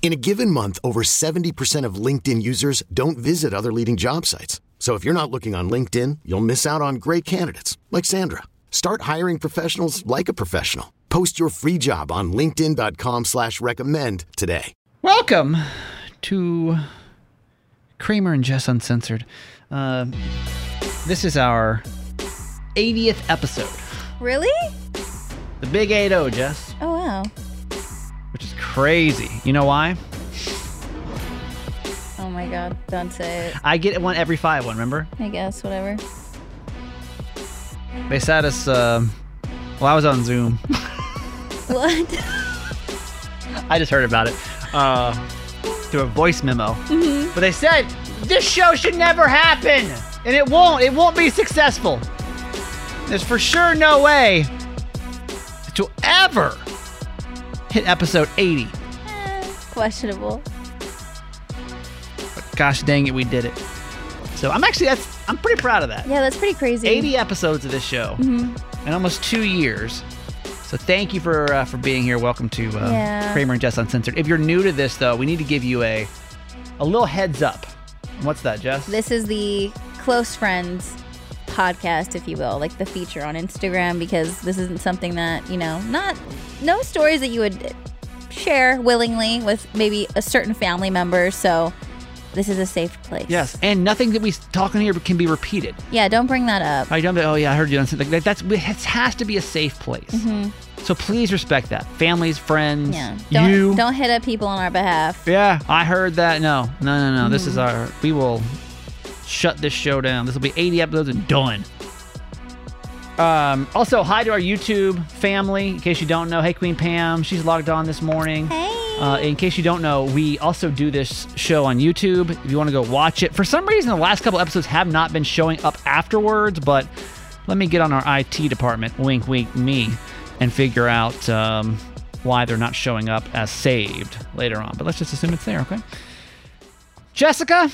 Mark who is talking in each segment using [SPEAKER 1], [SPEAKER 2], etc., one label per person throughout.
[SPEAKER 1] In a given month, over 70% of LinkedIn users don't visit other leading job sites. So if you're not looking on LinkedIn, you'll miss out on great candidates like Sandra. Start hiring professionals like a professional. Post your free job on linkedin.com slash recommend today.
[SPEAKER 2] Welcome to Kramer and Jess Uncensored. Uh, this is our 80th episode.
[SPEAKER 3] Really?
[SPEAKER 2] The big 8-0, Jess,
[SPEAKER 3] Oh wow.
[SPEAKER 2] which is crazy. You know why?
[SPEAKER 3] Oh my god, don't say it.
[SPEAKER 2] I get one every five one, remember?
[SPEAKER 3] I guess, whatever.
[SPEAKER 2] They sat us, uh, well, I was on Zoom.
[SPEAKER 3] What?
[SPEAKER 2] I just heard about it uh, through a voice memo. But they said, this show should never happen. And it won't. It won't be successful. There's for sure no way to ever hit episode 80.
[SPEAKER 3] Questionable.
[SPEAKER 2] But gosh dang it, we did it. So I'm actually, that's, I'm pretty proud of that.
[SPEAKER 3] Yeah, that's pretty crazy.
[SPEAKER 2] 80 episodes of this show
[SPEAKER 3] Mm-hmm.
[SPEAKER 2] in almost two years. So thank you for uh, for being here. Welcome to uh,
[SPEAKER 3] Yeah.
[SPEAKER 2] Kramer and Jess Uncensored. If you're new to this, though, we need to give you a a little heads up. What's that, Jess?
[SPEAKER 3] This is the close friends podcast, if you will, like the feature on Instagram, because this isn't something that, you know, not no stories that you would share willingly with maybe a certain family member, so this is a safe place.
[SPEAKER 2] yes, and nothing that we s- talk on here can be repeated.
[SPEAKER 3] Yeah, don't bring that up.
[SPEAKER 2] I don't. be- Oh yeah, I heard you on something. Like that's it has to be a safe place. So please respect that. Families, friends,
[SPEAKER 3] Mm-hmm. yeah. Don't
[SPEAKER 2] you.
[SPEAKER 3] don't hit up people on our behalf.
[SPEAKER 2] Yeah, I heard that. No, no, no, no. This is
[SPEAKER 3] Mm-hmm.
[SPEAKER 2] our. We will shut this show down. This will be 80 episodes and done. Um, also, hi to our YouTube family. In case you don't know, hey Queen Pam, she's logged on this morning.
[SPEAKER 3] Hey.
[SPEAKER 2] Uh, in case you don't know, we also do this show on YouTube. If you want to go watch it, for some reason, the last couple episodes have not been showing up afterwards. But let me get on our IT department, wink, wink, me, and figure out um, why they're not showing up as saved later on. But let's just assume it's there, okay? Jessica,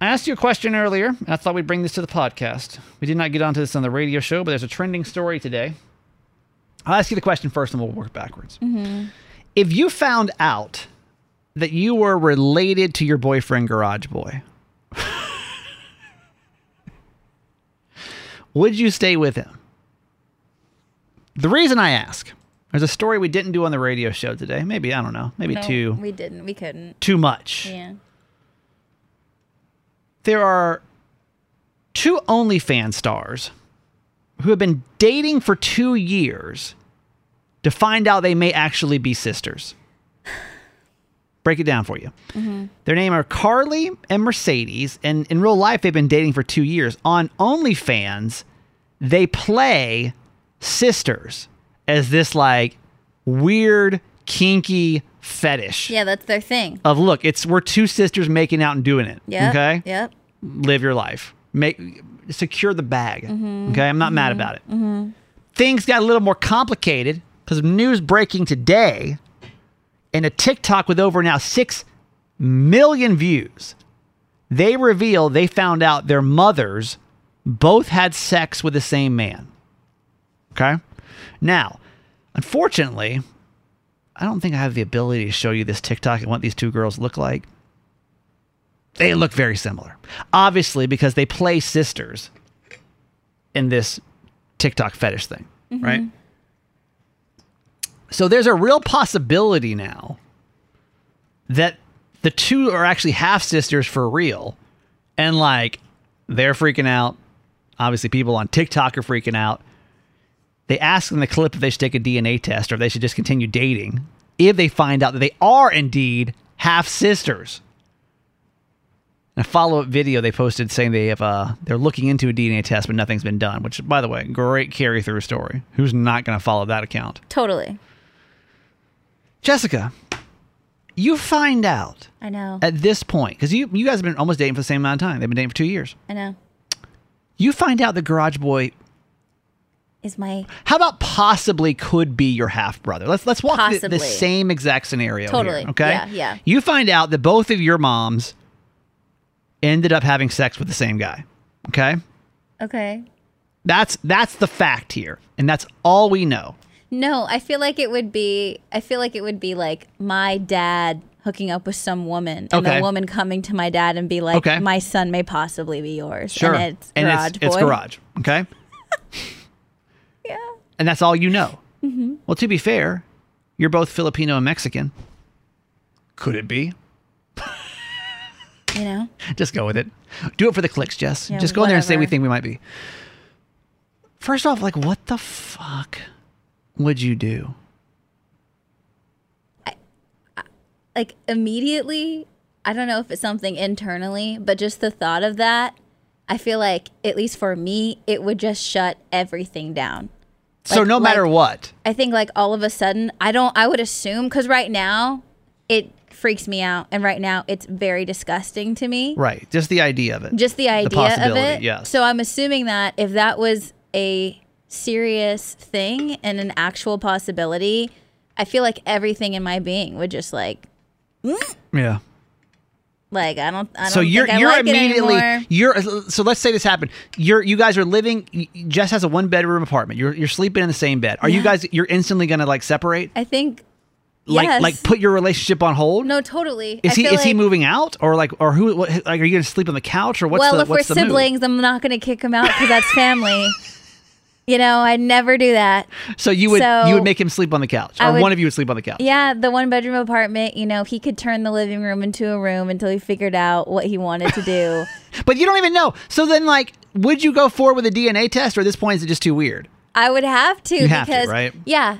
[SPEAKER 2] I asked you a question earlier, and I thought we'd bring this to the podcast. We did not get onto this on the radio show, but there's a trending story today. I'll ask you the question first, and we'll work backwards
[SPEAKER 3] Mm-hmm.
[SPEAKER 2] if you found out that you were related to your boyfriend garage boy would you stay with him the reason i ask there's a story we didn't do on the radio show today maybe i don't know maybe
[SPEAKER 3] No,
[SPEAKER 2] too
[SPEAKER 3] We didn't. We couldn't.
[SPEAKER 2] too much
[SPEAKER 3] Yeah.
[SPEAKER 2] there are two OnlyFans stars who have been dating for two years to find out they may actually be sisters. Break it down for you.
[SPEAKER 3] Mm-hmm.
[SPEAKER 2] Their name are Carly and Mercedes, and in real life, they've been dating for two years. On OnlyFans, they play sisters as this like weird, kinky fetish
[SPEAKER 3] Yeah, that's their thing.
[SPEAKER 2] of look, it's we're two sisters making out and doing it.
[SPEAKER 3] Yeah.
[SPEAKER 2] Okay
[SPEAKER 3] Yep.
[SPEAKER 2] live your life. Make secure the bag. Okay, I'm not mad about it. Things got a little more complicated because news breaking today, in a TikTok with over now six million views, they reveal they found out their mothers both had sex with the same man. Okay, now, unfortunately. I don't think I have the ability to show you this TikTok and what these two girls look like they look very similar. Obviously, because they play sisters in this TikTok fetish thing, right? So there's a real possibility now that the two are actually half sisters for real. And like, they're freaking out. Obviously, people on TikTok are freaking out. They ask in the clip if they should take a DNA test or if they should just continue dating if they find out that they are indeed half sisters. In a follow-up video they posted saying they have uh they're looking into a DNA test but nothing's been done, which by the way, great carry through story. Who's not going to follow that account?
[SPEAKER 3] Totally.
[SPEAKER 2] Jessica, you find out
[SPEAKER 3] I know.
[SPEAKER 2] at this point because you you guys have been almost dating for the same amount of time. They've been dating for two years.
[SPEAKER 3] I know.
[SPEAKER 2] You find out the Garage Boy.
[SPEAKER 3] Is my
[SPEAKER 2] How about possibly could be your half brother? Let's let's walk the, the
[SPEAKER 3] Possibly.
[SPEAKER 2] same exact scenario. here,
[SPEAKER 3] Totally.
[SPEAKER 2] okay.
[SPEAKER 3] Yeah, yeah.
[SPEAKER 2] You find out that both of your moms ended up having sex with the same guy. Okay.
[SPEAKER 3] okay?
[SPEAKER 2] That's that's the fact here, and that's all we know.
[SPEAKER 3] No, I feel like it would be. I feel like it would be like my dad hooking up with some woman, and
[SPEAKER 2] Okay.
[SPEAKER 3] the woman coming to my dad and be like,
[SPEAKER 2] Okay.
[SPEAKER 3] "My son may possibly be yours." and it's
[SPEAKER 2] And
[SPEAKER 3] garage boy.
[SPEAKER 2] it's garage. Okay.
[SPEAKER 3] Yeah,
[SPEAKER 2] and that's all you know.
[SPEAKER 3] Mm-hmm.
[SPEAKER 2] Well, to be fair, you're both Filipino and Mexican. Could it be?
[SPEAKER 3] you know.
[SPEAKER 2] Just go with it. Do it for the clicks, Jess.
[SPEAKER 3] Yeah,
[SPEAKER 2] Just go in there and say we
[SPEAKER 3] whatever.
[SPEAKER 2] think we might be. First off, like, what the fuck would you do?
[SPEAKER 3] like immediately i don't know if it's something internally but just the thought of that i feel like at least for me it would just shut everything down
[SPEAKER 2] so
[SPEAKER 3] Like-
[SPEAKER 2] no matter
[SPEAKER 3] like-
[SPEAKER 2] what,
[SPEAKER 3] i think like all of a sudden i don't i would assume because right now it freaks me out and right now it's very disgusting to me
[SPEAKER 2] right? Just the idea of it.
[SPEAKER 3] just the idea of
[SPEAKER 2] possibility,
[SPEAKER 3] it
[SPEAKER 2] yes.
[SPEAKER 3] so i'm assuming that if that was a serious thing and an actual possibility i feel like everything in my being would just like
[SPEAKER 2] yeah.
[SPEAKER 3] like i don't i don't
[SPEAKER 2] So you're
[SPEAKER 3] think I
[SPEAKER 2] you're
[SPEAKER 3] like it
[SPEAKER 2] immediately
[SPEAKER 3] anymore.
[SPEAKER 2] you're uh, so let's say this happened. You're you guys are living. y- y- Jess has a one bedroom apartment. You're you're sleeping in the same bed. Are you guys? You're instantly gonna like separate?
[SPEAKER 3] I think
[SPEAKER 2] Like
[SPEAKER 3] yes.
[SPEAKER 2] like put your relationship on hold?
[SPEAKER 3] no, totally.
[SPEAKER 2] Is
[SPEAKER 3] I
[SPEAKER 2] he
[SPEAKER 3] feel
[SPEAKER 2] is he
[SPEAKER 3] like-
[SPEAKER 2] moving out or like or who what, like are you gonna sleep on the couch or what's
[SPEAKER 3] well,
[SPEAKER 2] the
[SPEAKER 3] if we're
[SPEAKER 2] what's the move?
[SPEAKER 3] siblings, I'm not going to kick him out because that's family. you know, I never do that.
[SPEAKER 2] So you would
[SPEAKER 3] So-
[SPEAKER 2] you would make him sleep on the couch
[SPEAKER 3] I
[SPEAKER 2] or
[SPEAKER 3] would-
[SPEAKER 2] one of you would sleep on the couch.
[SPEAKER 3] Yeah, the one bedroom apartment. You know, he could turn the living room into a room until he figured out what he wanted to do.
[SPEAKER 2] But you don't even know. So then like would you go forward with a DNA test or at this point is it just too weird?
[SPEAKER 3] I would have to
[SPEAKER 2] You have to,
[SPEAKER 3] because
[SPEAKER 2] right?
[SPEAKER 3] yeah,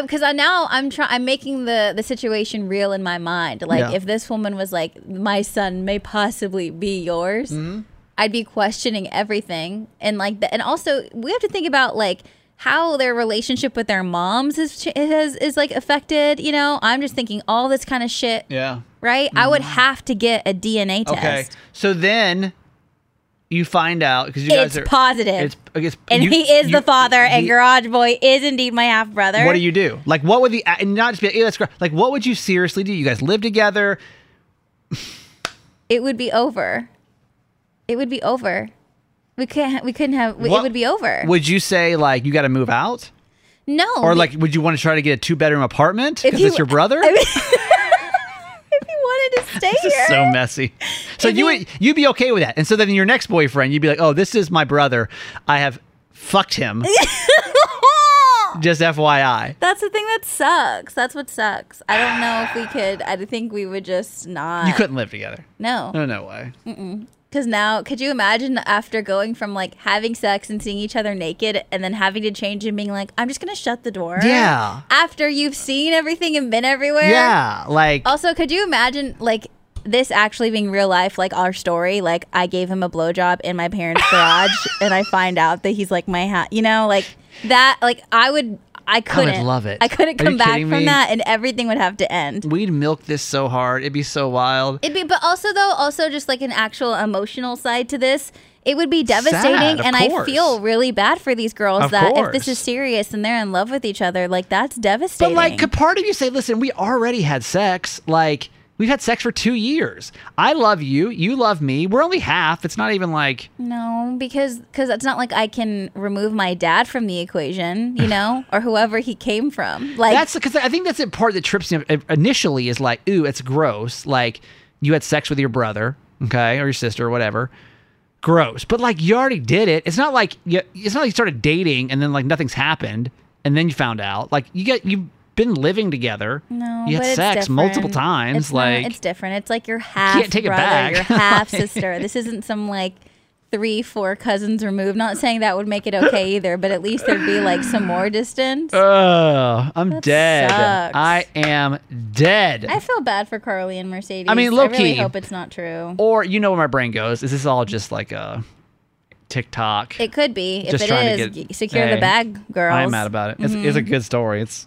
[SPEAKER 3] because I, now I'm trying. I'm making the the situation real in my mind. Like
[SPEAKER 2] Yeah.
[SPEAKER 3] if this woman was like, my son may possibly be yours,
[SPEAKER 2] Mm-hmm.
[SPEAKER 3] I'd be questioning everything and like the, and also we have to think about like how their relationship with their moms is ch- has is like affected. You know, I'm just thinking all this kind of shit.
[SPEAKER 2] Yeah.
[SPEAKER 3] Right, I would have to get a DNA
[SPEAKER 2] Mm-hmm. Okay.
[SPEAKER 3] test.
[SPEAKER 2] So then you find out because you guys
[SPEAKER 3] It's
[SPEAKER 2] are
[SPEAKER 3] positive.
[SPEAKER 2] It's, it's
[SPEAKER 3] And
[SPEAKER 2] you-
[SPEAKER 3] he is
[SPEAKER 2] you-
[SPEAKER 3] the father, and
[SPEAKER 2] he-
[SPEAKER 3] Garage Boy is indeed my half brother.
[SPEAKER 2] What do you do? Like what would the and not just be like, "Ew, that's great. Like what would you seriously do? You guys live together.
[SPEAKER 3] it would be over. It would be over. We can't. We couldn't have.
[SPEAKER 2] What-
[SPEAKER 3] it would be over.
[SPEAKER 2] Would you say like you got to move out?
[SPEAKER 3] no.
[SPEAKER 2] Or
[SPEAKER 3] be-
[SPEAKER 2] like, would you want to try to get a two bedroom apartment
[SPEAKER 3] If
[SPEAKER 2] because
[SPEAKER 3] you-
[SPEAKER 2] it's your brother?
[SPEAKER 3] I mean- if you wanted to stay
[SPEAKER 2] this
[SPEAKER 3] here,
[SPEAKER 2] is so messy. So
[SPEAKER 3] If
[SPEAKER 2] you
[SPEAKER 3] you-
[SPEAKER 2] would you'd be okay with that, and so then your next boyfriend, you'd be like, "Oh, this is my brother. I have fucked him." Just FYI.
[SPEAKER 3] that's the thing that sucks. That's what sucks. I don't know if we could. I think we would just not.
[SPEAKER 2] You couldn't live together.
[SPEAKER 3] No,
[SPEAKER 2] No, no way.
[SPEAKER 3] because now, could you imagine after going from like having sex and seeing each other naked, and then having to change and being like, "I'm just gonna shut the door."
[SPEAKER 2] Yeah.
[SPEAKER 3] After you've seen everything and been everywhere.
[SPEAKER 2] Yeah, like
[SPEAKER 3] Also, could you imagine like this actually being real life, like our story? Like I gave him a blowjob in my parents' garage, and I find out that he's like my hat. You know, like that. Like I would, I couldn't
[SPEAKER 2] love it.
[SPEAKER 3] I couldn't
[SPEAKER 2] Are you
[SPEAKER 3] come back
[SPEAKER 2] kidding
[SPEAKER 3] from
[SPEAKER 2] me?
[SPEAKER 3] that, and everything would have to end.
[SPEAKER 2] we'd milk this so hard. It'd be so wild.
[SPEAKER 3] It'd be, but also though, also just like an actual emotional side to this. It would be
[SPEAKER 2] Sad,
[SPEAKER 3] devastating,
[SPEAKER 2] of
[SPEAKER 3] and I
[SPEAKER 2] course.
[SPEAKER 3] feel really bad for these girls
[SPEAKER 2] Of
[SPEAKER 3] that if this
[SPEAKER 2] course.
[SPEAKER 3] is serious and they're in love with each other, like that's
[SPEAKER 2] But
[SPEAKER 3] devastating.
[SPEAKER 2] like, could part of you say, "Listen, we already had sex. Like, we've had sex for two years. I love you. You love me. We're only half. It's not even like."
[SPEAKER 3] No, because because it's not like I can remove my dad from the equation, you know, or whoever he came from. Like
[SPEAKER 2] That's because I think that's the part that trips me up uh, initially is like, ooh, it's gross. Like you had sex with your brother, okay, or your sister or whatever. Gross. But like you already did it. It's not like you, it's not like you started dating and then like nothing's happened and then you found out. Like you get you've been living together.
[SPEAKER 3] no,
[SPEAKER 2] you
[SPEAKER 3] but
[SPEAKER 2] had
[SPEAKER 3] it's
[SPEAKER 2] sex multiple
[SPEAKER 3] different.
[SPEAKER 2] times.
[SPEAKER 3] It's not-
[SPEAKER 2] like
[SPEAKER 3] it's different. It's like your half
[SPEAKER 2] take it
[SPEAKER 3] brother,
[SPEAKER 2] back.
[SPEAKER 3] your half sister. This isn't some like three, four cousins removed. Not saying that would make it okay either, but at least there'd be like some more distance.
[SPEAKER 2] Oh, I'm dead.
[SPEAKER 3] sucks.
[SPEAKER 2] I am dead.
[SPEAKER 3] I feel bad for Carly and Mercedes.
[SPEAKER 2] I mean,
[SPEAKER 3] I really
[SPEAKER 2] low-key.
[SPEAKER 3] hope it's not true.
[SPEAKER 2] or you know where my brain goes? Is this all just like a TikTok?
[SPEAKER 3] It could be. If
[SPEAKER 2] Just
[SPEAKER 3] it
[SPEAKER 2] trying to
[SPEAKER 3] is,
[SPEAKER 2] get-
[SPEAKER 3] y- secure the
[SPEAKER 2] Hey,
[SPEAKER 3] bag, girls. Mm-hmm.
[SPEAKER 2] I am mad about it. It's, it's a good story. It's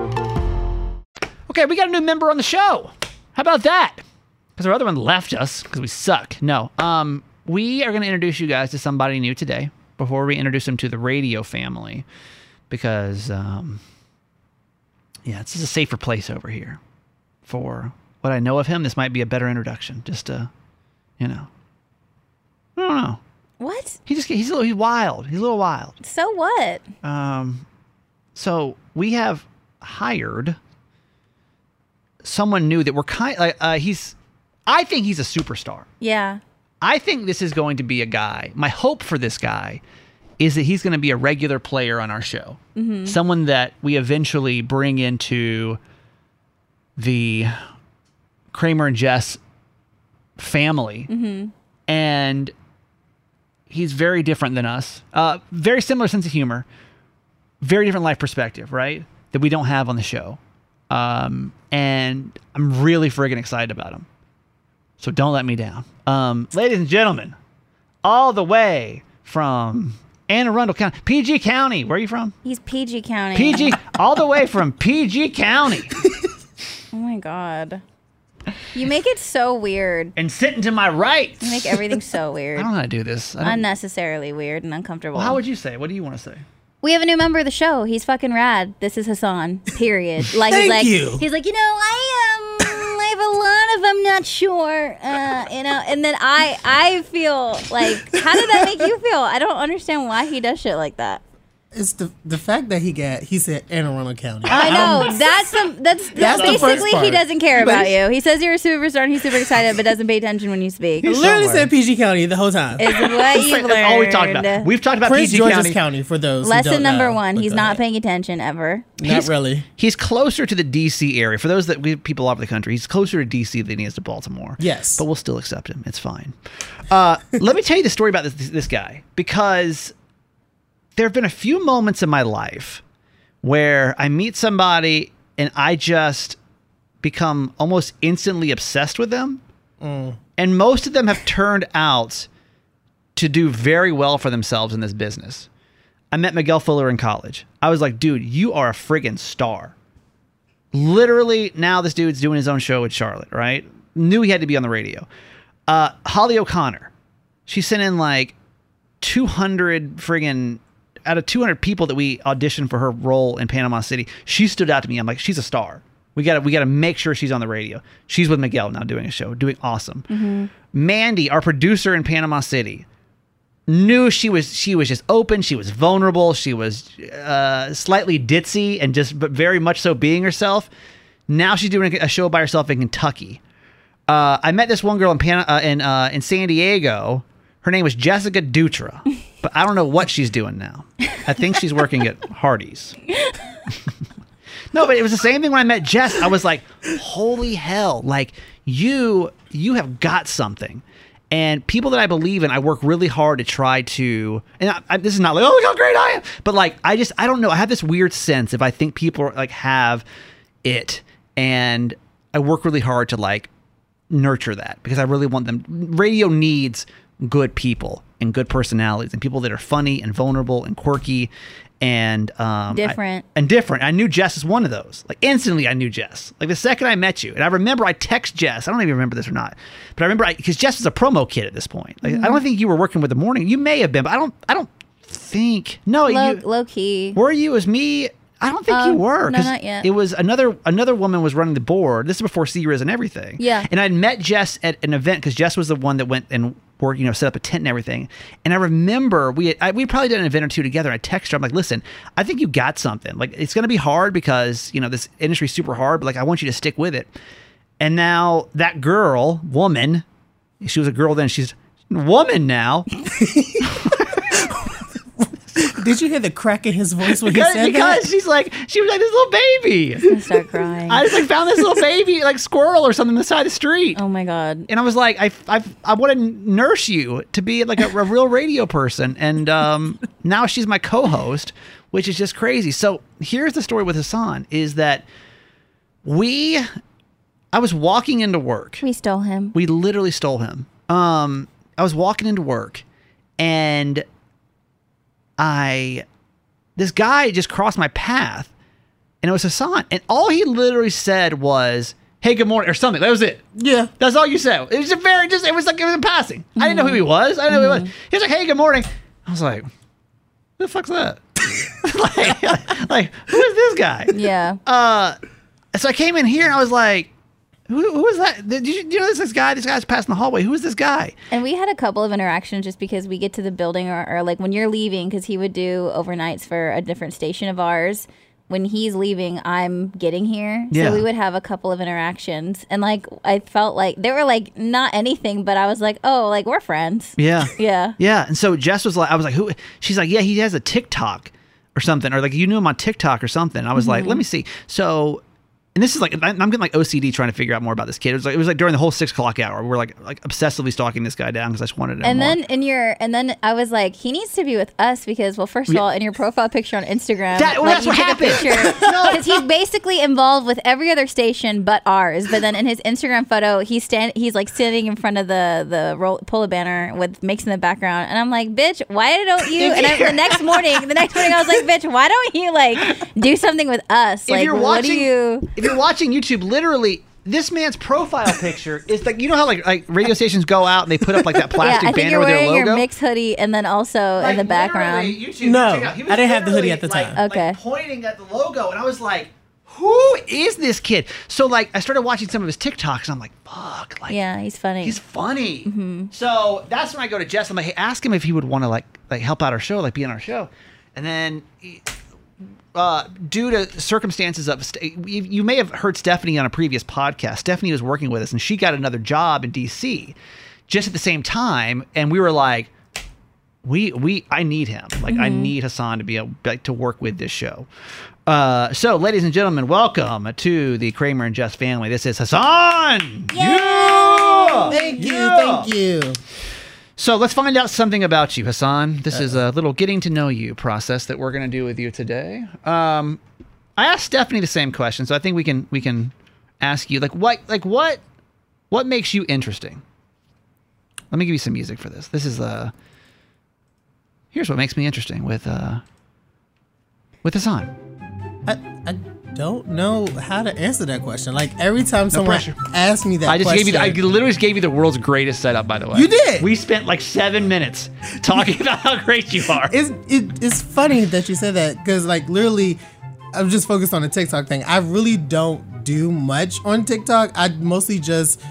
[SPEAKER 2] Okay, we got a new member on the show. How about that? Because our other one left us because we suck. No, um, we are going to introduce you guys to somebody new today before we introduce them to the radio family because, um, yeah, this is a safer place over here. For what I know of him, this might be a better introduction. Just to, you know, I don't know.
[SPEAKER 3] What?
[SPEAKER 2] He just he's a little, he's wild. He's a little wild.
[SPEAKER 3] So what?
[SPEAKER 2] Um, so we have hired someone new that we're kind. Like, uh, he's, I think he's a superstar.
[SPEAKER 3] Yeah.
[SPEAKER 2] I think this is going to be a guy. My hope for this guy is that he's going to be a regular player on our show, someone that we eventually bring into the Kramer and Jess family, and he's very different than us. Uh, very similar sense of humor, very different life perspective, right? That we don't have on the show. Um, and I'm really friggin' excited about him. So don't let me down. Um, ladies and gentlemen, all the way from Anne Arundel County, PG County. Where are you from?
[SPEAKER 3] He's PG County.
[SPEAKER 2] PG, all the way from PG County.
[SPEAKER 3] Oh my god. You make it so weird.
[SPEAKER 2] And sitting to my right.
[SPEAKER 3] You make everything so
[SPEAKER 2] I
[SPEAKER 3] weird.
[SPEAKER 2] don't know how to do this. I don't,
[SPEAKER 3] Unnecessarily weird and uncomfortable.
[SPEAKER 2] well, how would you say? What do you want to say?
[SPEAKER 3] we have a new member of the show. He's fucking rad. This is Hassan. Period. Like he's
[SPEAKER 4] Thank
[SPEAKER 3] like
[SPEAKER 4] you.
[SPEAKER 3] he's like, you know, I am I have a lot of I'm not sure. Uh, you know, and then I I feel like how did that make you feel? I don't understand why he does shit like that.
[SPEAKER 4] It's the the fact that he got he said Anne Arundel County.
[SPEAKER 3] I know. that's some that's, that's
[SPEAKER 4] the first
[SPEAKER 3] basically he
[SPEAKER 4] part.
[SPEAKER 3] doesn't care
[SPEAKER 4] But-
[SPEAKER 3] about you. He says you're a superstar and he's super excited but doesn't pay attention when you speak.
[SPEAKER 4] He
[SPEAKER 3] Is
[SPEAKER 4] literally said PG County the whole time.
[SPEAKER 3] what you've learned.
[SPEAKER 2] That's all we talked about. We've talked about
[SPEAKER 4] Prince
[SPEAKER 2] PG
[SPEAKER 4] George's
[SPEAKER 2] County.
[SPEAKER 4] County. for those. who
[SPEAKER 3] Lesson
[SPEAKER 4] don't
[SPEAKER 3] number
[SPEAKER 4] know.
[SPEAKER 3] one,
[SPEAKER 4] But
[SPEAKER 3] he's
[SPEAKER 4] go
[SPEAKER 3] not
[SPEAKER 4] ahead.
[SPEAKER 3] paying attention ever.
[SPEAKER 4] Not really.
[SPEAKER 2] He's closer to the DC area. For those that we people all over the country, he's closer to DC than he is to Baltimore.
[SPEAKER 4] Yes.
[SPEAKER 2] but we'll still accept him. It's fine. Uh, let me tell you the story about this this guy because there have been a few moments in my life where I meet somebody and I just become almost instantly obsessed with them,
[SPEAKER 4] Mm.
[SPEAKER 2] and most of them have turned out to do very well for themselves in this business. I met Miguel Fuller in college. I was like, dude, you are a friggin' star. Literally, now this dude's doing his own show with Charlotte, right? Knew he had to be on the radio. Uh, Holly O'Connor, she sent in like 200 friggin' out of 200 people that we auditioned for her role in Panama City. She stood out to me. I'm like, she's a star. We gotta, we gotta make sure she's on the radio. She's with Miguel now doing a show, doing awesome. Mandy, our producer in Panama City, knew she was she was just open she was vulnerable she was uh, slightly ditzy and just but very much so being herself now she's doing a show by herself in kentucky Uh, I met this one girl in Pan- uh, in uh, in San Diego. Her name was Jessica Dutra, but I don't know what she's doing now. I think she's working at Hardee's. no, but it was the same thing when I met Jess. I was like, "Holy hell! Like you, you have got something." And people that I believe in, I work really hard to try to. And I, I, this is not like, "Oh, look how great I am," but like, I just, I don't know. I have this weird sense if I think people are, like have it, and I work really hard to like nurture that because I really want them. Radio needs good people and good personalities and people that are funny and vulnerable and quirky and um, I-
[SPEAKER 3] Different.
[SPEAKER 2] and different. I knew Jess is one of those. Like instantly, I knew Jess. Like the second I met you, and I remember I text Jess. I don't even remember this or not, but I remember because Jess was a promo kid at this point. Like I don't think you were working with the morning. You may have been, but I don't. I don't think. No,
[SPEAKER 3] Low,
[SPEAKER 2] you,
[SPEAKER 3] low key.
[SPEAKER 2] were you? It was me. I don't think you
[SPEAKER 3] Um,
[SPEAKER 2] were.
[SPEAKER 3] no,
[SPEAKER 2] 'cause
[SPEAKER 3] not yet.
[SPEAKER 2] It was another another woman was running the board. This is before Sears and everything.
[SPEAKER 3] Yeah.
[SPEAKER 2] And I'd met Jess at an event because Jess was the one that went and worked, you know, set up a tent and everything. And I remember we had, I, we probably did an event or two together. I texted her. I'm like, listen, I think you got something. Like it's gonna be hard because you know this industry's super hard, but like I want you to stick with it. And now that girl, woman, she was a girl then. She's a woman now.
[SPEAKER 4] Did you hear the crack in his voice when he
[SPEAKER 2] because
[SPEAKER 4] said
[SPEAKER 2] because
[SPEAKER 4] that?
[SPEAKER 2] she's like she was like this little baby.
[SPEAKER 3] I start crying.
[SPEAKER 2] I just like found this little baby like squirrel or something on the side of the street.
[SPEAKER 3] oh my god.
[SPEAKER 2] And I was like, I, I, I want to nurse you to be like a, a real radio person. And um, now she's my co-host, which is just crazy. So here's the story with Hassan is that we, I was walking into work.
[SPEAKER 3] We stole him.
[SPEAKER 2] We literally stole him. Um, I was walking into work, and I, this guy just crossed my path, and it was Hassan, and all he literally said was, "Hey, good morning," or something. That was it.
[SPEAKER 4] Yeah.
[SPEAKER 2] That's all you said. It was just very, just it was like it was in passing. I didn't know who he was. I didn't know who he was. He was like, "Hey, good morning." I was like, "Who the fuck's that?" like, like, who is this guy?
[SPEAKER 3] Yeah.
[SPEAKER 2] Uh, so I came in here and I was like, who, who is that? Did you, you know this, this guy? This guy's passing the hallway. Who is this guy?
[SPEAKER 3] And we had a couple of interactions just because we get to the building or, or like when you're leaving, because he would do overnights for a different station of ours. When he's leaving, I'm getting here.
[SPEAKER 2] Yeah.
[SPEAKER 3] So we would have a couple of interactions. And like, I felt like they were like not anything, but I was like, oh, like we're friends.
[SPEAKER 2] Yeah.
[SPEAKER 3] Yeah.
[SPEAKER 2] Yeah. And so Jess was like, I was like, who? She's like, yeah, he has a TikTok or something, or like you knew him on TikTok or something. I was like,
[SPEAKER 3] Mm-hmm.
[SPEAKER 2] let me see. So, and this is like, I'm I'm getting like OCD trying to figure out more about this kid. It was like, it was like during the whole six o'clock hour, we're like, like obsessively stalking this guy down because I just wanted to. know
[SPEAKER 3] And
[SPEAKER 2] more.
[SPEAKER 3] then in your, and then I was like, he needs to be with us because, well, first of all, in your profile picture on Instagram,
[SPEAKER 2] That- well, that's
[SPEAKER 3] like, you
[SPEAKER 2] what
[SPEAKER 3] took
[SPEAKER 2] happened.
[SPEAKER 3] a picture because he's basically involved with every other station but ours. But then in his Instagram photo, he's stand, he's like standing in front of the the roll, pull a banner with makes in the background, and I'm like, bitch, why don't you? And I, the next morning, the next morning, I was like, bitch, why don't you like do something with us?
[SPEAKER 2] if
[SPEAKER 3] Like,
[SPEAKER 2] you're
[SPEAKER 3] what
[SPEAKER 2] watching,
[SPEAKER 3] do you?
[SPEAKER 2] if you're watching YouTube, literally. This man's profile picture is like you know how like like radio stations go out and they put up like that
[SPEAKER 3] Yeah,
[SPEAKER 2] plastic
[SPEAKER 3] I think
[SPEAKER 2] banner
[SPEAKER 3] you're
[SPEAKER 2] with their
[SPEAKER 3] wearing
[SPEAKER 2] logo.
[SPEAKER 3] your mix hoodie, and then also in the
[SPEAKER 2] Like,
[SPEAKER 3] background.
[SPEAKER 2] literally, YouTube,
[SPEAKER 4] No,
[SPEAKER 2] check it out. He was
[SPEAKER 4] I didn't have the hoodie
[SPEAKER 2] literally,
[SPEAKER 4] at the
[SPEAKER 2] like-
[SPEAKER 4] time.
[SPEAKER 2] like,
[SPEAKER 3] Okay.
[SPEAKER 2] pointing at the logo, and I was like, "Who is this kid?" So like, I started watching some of his TikToks, and I'm like, "Fuck!" Like,
[SPEAKER 3] Yeah, Mm-hmm. he's funny.
[SPEAKER 2] he's funny. So that's when I go to Jess. I'm like, "Hey, ask him if he would want to like like help out our show, like be on our show," and then. he- uh, due to circumstances of, st- you, you may have heard Stephanie on a previous podcast. Stephanie was working with us, and she got another job in DC, just at the same time. And we were like, we we I need him. Like I need Hassan to be able like, to work with this show. Uh, so, ladies and gentlemen, welcome to the Kramer and Jess family. This is Hassan. Yeah!
[SPEAKER 4] Thank you.
[SPEAKER 2] Yeah!
[SPEAKER 4] Thank you.
[SPEAKER 2] So let's find out something about you, Hassan. This is a little getting to know you process that we're going to do with you today. Um, I asked Stephanie the same question, so I think we can we can ask you like what like what what makes you interesting. Let me give you some music for this. This is uh here's what makes me interesting with uh with Hassan.
[SPEAKER 4] I, I don't know how to answer that question. Like every time someone
[SPEAKER 2] pressure.
[SPEAKER 4] asks me that,
[SPEAKER 2] I just
[SPEAKER 4] question,
[SPEAKER 2] gave you. The, I literally just gave you the world's greatest setup. By the way,
[SPEAKER 4] You did!
[SPEAKER 2] We spent like seven minutes talking about how great you are.
[SPEAKER 4] it's it, it's funny that you said that because like literally, I'm just focused on the TikTok thing. I really don't do much on TikTok. I mostly just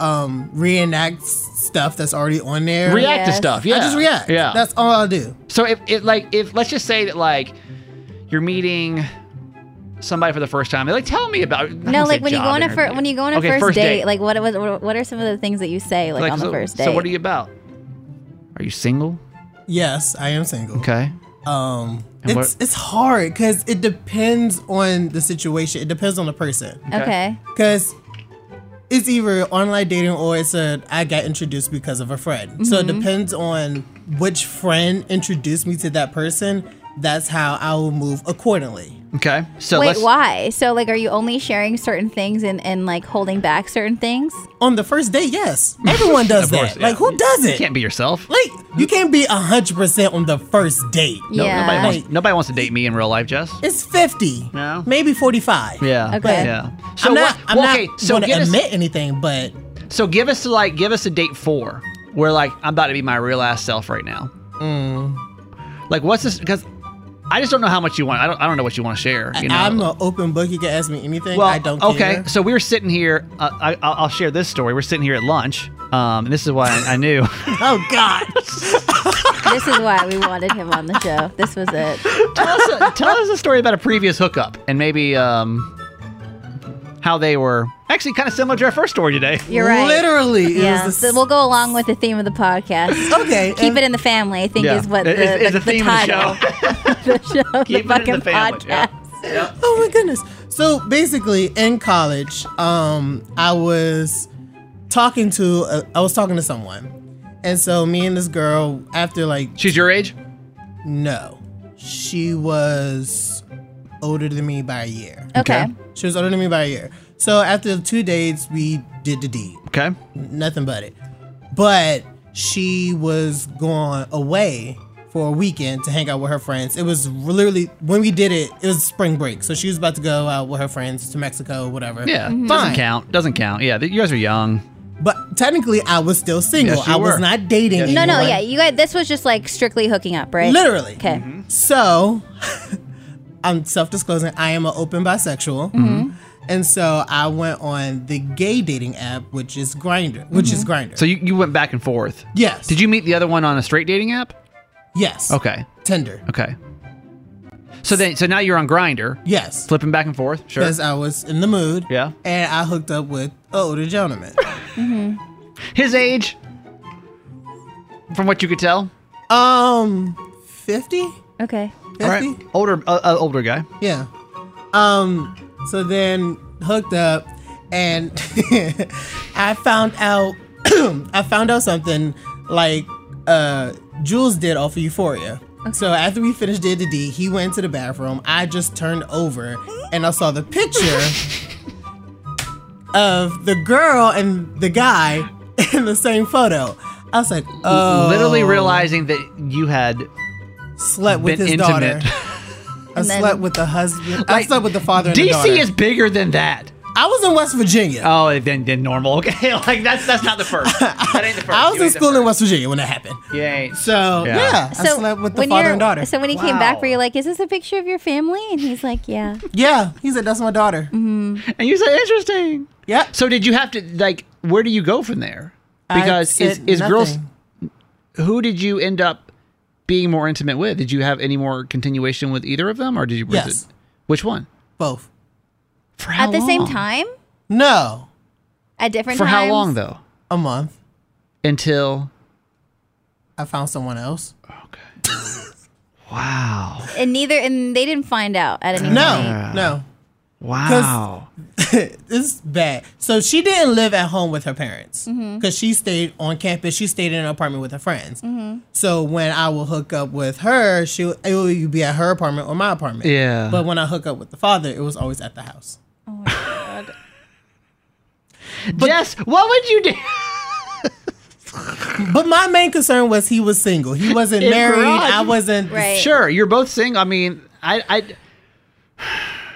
[SPEAKER 4] um reenact s- stuff that's already on there.
[SPEAKER 2] react to
[SPEAKER 3] Yes.
[SPEAKER 2] stuff. Yeah,
[SPEAKER 4] I just react.
[SPEAKER 2] Yeah.
[SPEAKER 4] that's all I do.
[SPEAKER 2] so if it like if let's just say that like you're meeting somebody for the first time, they're like, "Tell me about." I don't
[SPEAKER 3] No,
[SPEAKER 2] say
[SPEAKER 3] like when you go
[SPEAKER 2] job
[SPEAKER 3] on a fir-
[SPEAKER 2] interview.
[SPEAKER 3] when you go on a
[SPEAKER 2] Okay,
[SPEAKER 3] first, date, like what, what what are some of the things that you say like, on the
[SPEAKER 2] so-
[SPEAKER 3] first date?
[SPEAKER 2] So what are you about? Are you single?
[SPEAKER 4] Yes, I am single.
[SPEAKER 2] Okay.
[SPEAKER 4] Um,
[SPEAKER 2] And
[SPEAKER 4] it's
[SPEAKER 2] what-
[SPEAKER 4] it's hard because it depends on the situation. It depends on the person.
[SPEAKER 3] Okay.
[SPEAKER 4] Because it's either online dating or it's a I got introduced because of a friend. So
[SPEAKER 2] Mm-hmm.
[SPEAKER 4] it depends on which friend introduced me to that person. That's how I will move accordingly.
[SPEAKER 2] Okay. So
[SPEAKER 3] Wait,
[SPEAKER 2] let's,
[SPEAKER 3] why? So like, are you only sharing certain things and and like holding back certain things?
[SPEAKER 4] On the first date, yes, everyone does
[SPEAKER 2] Of course,
[SPEAKER 4] that.
[SPEAKER 2] yeah.
[SPEAKER 4] Like who does
[SPEAKER 2] You
[SPEAKER 4] it?
[SPEAKER 2] can't be yourself.
[SPEAKER 4] like you can't be hundred percent on the first date.
[SPEAKER 2] No, Nobody
[SPEAKER 3] yeah.
[SPEAKER 2] wants, nobody wants to date me in real life, Jess.
[SPEAKER 4] It's fifty,
[SPEAKER 2] No.
[SPEAKER 4] maybe forty-five.
[SPEAKER 2] Yeah.
[SPEAKER 3] Okay.
[SPEAKER 2] Yeah.
[SPEAKER 4] I'm not.
[SPEAKER 2] what-
[SPEAKER 4] I'm
[SPEAKER 2] well,
[SPEAKER 4] not
[SPEAKER 2] okay, so
[SPEAKER 4] going
[SPEAKER 2] give
[SPEAKER 4] to
[SPEAKER 2] us-
[SPEAKER 4] admit anything, but
[SPEAKER 2] So give us like give us a date four where like I'm about to be my real ass self right now.
[SPEAKER 4] Mm.
[SPEAKER 2] Like what's this? Because I just don't know how much you want. I don't. I don't know what you want to share. You know?
[SPEAKER 4] I'm an open book. You can ask me anything.
[SPEAKER 2] well,
[SPEAKER 4] I don't care.
[SPEAKER 2] okay. So we were sitting here. Uh, I, I'll I'll share this story. We're sitting here at lunch, um, and this is why I, I knew.
[SPEAKER 4] Oh God.
[SPEAKER 3] this is why we wanted him on the show. This was it.
[SPEAKER 2] tell, us a, tell us a story about a previous hookup and maybe um, how they were actually kind of similar to our first story today.
[SPEAKER 3] You're right.
[SPEAKER 4] Literally. it
[SPEAKER 3] Yeah.
[SPEAKER 4] was the
[SPEAKER 3] So we'll go along with the theme of the podcast.
[SPEAKER 4] Okay.
[SPEAKER 3] Keep
[SPEAKER 4] and-
[SPEAKER 3] it in the family. I think
[SPEAKER 2] Yeah.
[SPEAKER 3] is what the,
[SPEAKER 2] It- it's- it's the
[SPEAKER 3] the,
[SPEAKER 2] theme of the
[SPEAKER 3] title the show.
[SPEAKER 2] Keep it in
[SPEAKER 3] the
[SPEAKER 2] the
[SPEAKER 3] fucking
[SPEAKER 2] family,
[SPEAKER 3] podcast.
[SPEAKER 2] yeah.
[SPEAKER 4] Oh my goodness. So basically, in college, um, I was talking to uh, I was talking to someone, and so me and this girl, after like
[SPEAKER 2] She's your age.
[SPEAKER 4] no, she was older than me by a year.
[SPEAKER 3] Okay.
[SPEAKER 2] Okay.
[SPEAKER 4] She was older than me by a year. So after two dates, we did the deed.
[SPEAKER 2] Okay.
[SPEAKER 4] nothing but it. But she was going away for a weekend to hang out with her friends. It was literally when we did it, it was spring break. So she was about to go out with her friends to Mexico, whatever.
[SPEAKER 2] Yeah. Doesn't
[SPEAKER 4] Mm-hmm. Fine.
[SPEAKER 2] count. Doesn't count. Yeah. th- You guys are young.
[SPEAKER 4] But technically I was still single.
[SPEAKER 2] Yes, you
[SPEAKER 4] I was
[SPEAKER 2] were.
[SPEAKER 4] not dating
[SPEAKER 3] No,
[SPEAKER 4] anyone.
[SPEAKER 3] no, yeah. You guys, this was just like strictly hooking up, right?
[SPEAKER 4] Literally.
[SPEAKER 3] Okay.
[SPEAKER 2] Mm-hmm.
[SPEAKER 4] So I'm self-disclosing I am an open bisexual.
[SPEAKER 2] Mm-hmm.
[SPEAKER 4] And so I went on the gay dating app, which is Grinder, which is Grinder.
[SPEAKER 2] Mm-hmm. So you, you went back and forth.
[SPEAKER 4] yes,
[SPEAKER 2] Did you meet the other one on a straight dating app?
[SPEAKER 4] Yes.
[SPEAKER 2] Okay.
[SPEAKER 4] Tinder.
[SPEAKER 2] Okay. So then, so now you're on Grinder,
[SPEAKER 4] Yes.
[SPEAKER 2] flipping back and forth. Sure.
[SPEAKER 4] because I was in the mood.
[SPEAKER 2] Yeah.
[SPEAKER 4] And I hooked up with an older gentleman.
[SPEAKER 2] His age, from what you could tell,
[SPEAKER 4] um, 50? 50?
[SPEAKER 3] Okay.
[SPEAKER 2] all right, older, uh, uh, older guy.
[SPEAKER 4] Yeah. Um, so then hooked up and I found out, I found out something like, uh, Jules did off of Euphoria. So after we finished Did the D, he went to the bathroom. I just turned over and I saw the picture of the girl and the guy in the same photo. I was like, oh,
[SPEAKER 2] Literally realizing that you had
[SPEAKER 4] slept with
[SPEAKER 2] been
[SPEAKER 4] his
[SPEAKER 2] intimate.
[SPEAKER 4] daughter. I
[SPEAKER 3] then-
[SPEAKER 4] slept with the husband. I slept with the father. And the
[SPEAKER 2] DC
[SPEAKER 4] daughter.
[SPEAKER 2] is bigger than that.
[SPEAKER 4] I was in West Virginia.
[SPEAKER 2] Oh, then then normal. Okay, like that's that's not the first. That ain't the first.
[SPEAKER 4] I was
[SPEAKER 2] You
[SPEAKER 4] in
[SPEAKER 2] ain't the
[SPEAKER 4] school in
[SPEAKER 2] first.
[SPEAKER 4] West Virginia when that happened.
[SPEAKER 2] You ain't.
[SPEAKER 4] So
[SPEAKER 2] Yeah.
[SPEAKER 4] yeah, I slept with the
[SPEAKER 3] when
[SPEAKER 4] father
[SPEAKER 3] you're-
[SPEAKER 4] and daughter.
[SPEAKER 3] So when he came back,
[SPEAKER 2] Wow.
[SPEAKER 3] were you like, "Is this a picture of your family?" And he's like, "Yeah."
[SPEAKER 4] yeah, he said that's my daughter.
[SPEAKER 3] Mm-hmm.
[SPEAKER 2] And you said interesting.
[SPEAKER 4] Yep.
[SPEAKER 2] So did you have to like? Where do you go from there?
[SPEAKER 4] I
[SPEAKER 2] Because is
[SPEAKER 4] said
[SPEAKER 2] is girls.
[SPEAKER 4] nothing.
[SPEAKER 2] Who did you end up being more intimate with? Did you have any more continuation with either of them, or did you? was
[SPEAKER 4] Yes.
[SPEAKER 2] it- Which one?
[SPEAKER 4] both.
[SPEAKER 2] For how
[SPEAKER 3] At the same
[SPEAKER 2] long?
[SPEAKER 3] time,
[SPEAKER 4] No,
[SPEAKER 3] at different
[SPEAKER 2] For
[SPEAKER 3] times.
[SPEAKER 2] how long though?
[SPEAKER 4] a month.
[SPEAKER 2] Until.
[SPEAKER 4] I found someone else.
[SPEAKER 2] Wow.
[SPEAKER 3] And neither, and they didn't find out at any. point.
[SPEAKER 4] No, no,
[SPEAKER 2] Wow.
[SPEAKER 4] it's bad. So she didn't live at home with her parents because
[SPEAKER 3] Mm-hmm.
[SPEAKER 4] she stayed on campus. She stayed in an apartment with her friends.
[SPEAKER 3] Mm-hmm.
[SPEAKER 4] So when I will hook up with her, she it would be at her apartment or my apartment.
[SPEAKER 2] Yeah.
[SPEAKER 4] But when I hook up with the father, it was always at the house.
[SPEAKER 2] Jess, what would you do?
[SPEAKER 4] But my main concern was he was single. He wasn't
[SPEAKER 2] In
[SPEAKER 4] married.
[SPEAKER 2] garage.
[SPEAKER 4] I wasn't.
[SPEAKER 3] Right.
[SPEAKER 2] Sure, you're both single. I mean, I, I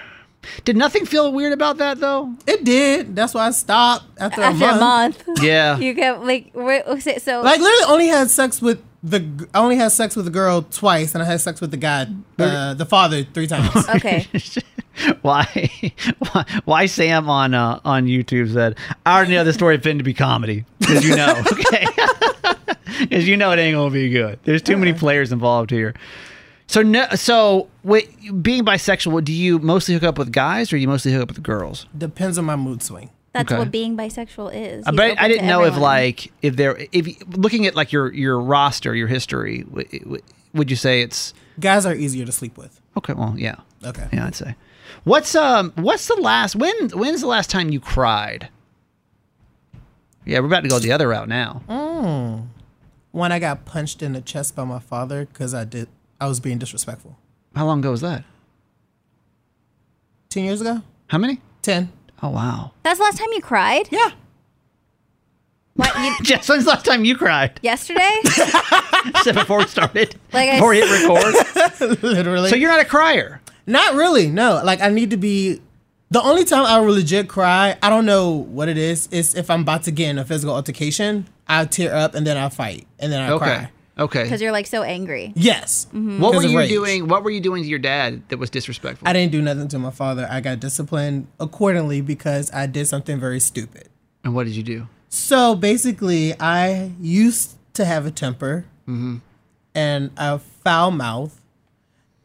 [SPEAKER 2] did nothing feel weird about that though.
[SPEAKER 4] It did. That's why I stopped after,
[SPEAKER 3] After
[SPEAKER 4] a, month.
[SPEAKER 3] a month,
[SPEAKER 2] Yeah.
[SPEAKER 3] you get like where- oh, so- so.
[SPEAKER 4] Like literally, only had sex with the. g- I only had sex with the girl twice, and I had sex with the guy, uh, the father, three times.
[SPEAKER 3] okay.
[SPEAKER 2] why, why, why Sam on uh, on YouTube said, "I already know the story pinned to be comedy because you know, okay, because you know it ain't gonna be good. There's too many players involved here." So no, so wait, being bisexual, do you mostly hook up with guys or you mostly hook up with girls?
[SPEAKER 4] Depends on my mood swing.
[SPEAKER 3] That's
[SPEAKER 2] Okay.
[SPEAKER 3] what being bisexual is.
[SPEAKER 2] I
[SPEAKER 3] He's
[SPEAKER 2] bet
[SPEAKER 3] open
[SPEAKER 2] I
[SPEAKER 3] to
[SPEAKER 2] didn't know if
[SPEAKER 3] everyone.
[SPEAKER 2] like if there if you- looking at like your your roster, your history, w- w- would you say it's
[SPEAKER 4] Guys are easier to sleep with.
[SPEAKER 2] okay? Well, yeah,
[SPEAKER 4] Okay.
[SPEAKER 2] yeah, I'd say. What's um what's the last when when's the last time you cried? Yeah, we're about to go the other route now.
[SPEAKER 4] One, I got punched in the chest by my father because I did. I was being disrespectful.
[SPEAKER 2] How long ago was that?
[SPEAKER 4] Ten years ago.
[SPEAKER 2] How many?
[SPEAKER 4] Ten.
[SPEAKER 2] Oh wow.
[SPEAKER 3] That's the last time you cried?
[SPEAKER 4] Yeah.
[SPEAKER 3] Why, you,
[SPEAKER 2] Jess, when's the last time you cried?
[SPEAKER 3] yesterday?
[SPEAKER 2] Said before it started.
[SPEAKER 3] Like I
[SPEAKER 2] before we hit record.
[SPEAKER 4] Literally.
[SPEAKER 2] so you're not a crier.
[SPEAKER 4] Not really. No. Like I need to be. The only time I will legit cry, I don't know what it is. Is if I'm about to get in a physical altercation, I tear up and then I fight and then I
[SPEAKER 2] Okay.
[SPEAKER 4] cry.
[SPEAKER 2] Okay.
[SPEAKER 3] Because you're like so angry.
[SPEAKER 4] Yes.
[SPEAKER 2] What were
[SPEAKER 4] Because of
[SPEAKER 2] you
[SPEAKER 4] rage.
[SPEAKER 2] doing? What were you doing to your dad that was disrespectful?
[SPEAKER 4] I didn't do nothing to my father. I got disciplined accordingly because I did something very stupid.
[SPEAKER 2] and what did you do?
[SPEAKER 4] So basically, I used to have a temper and a foul mouth.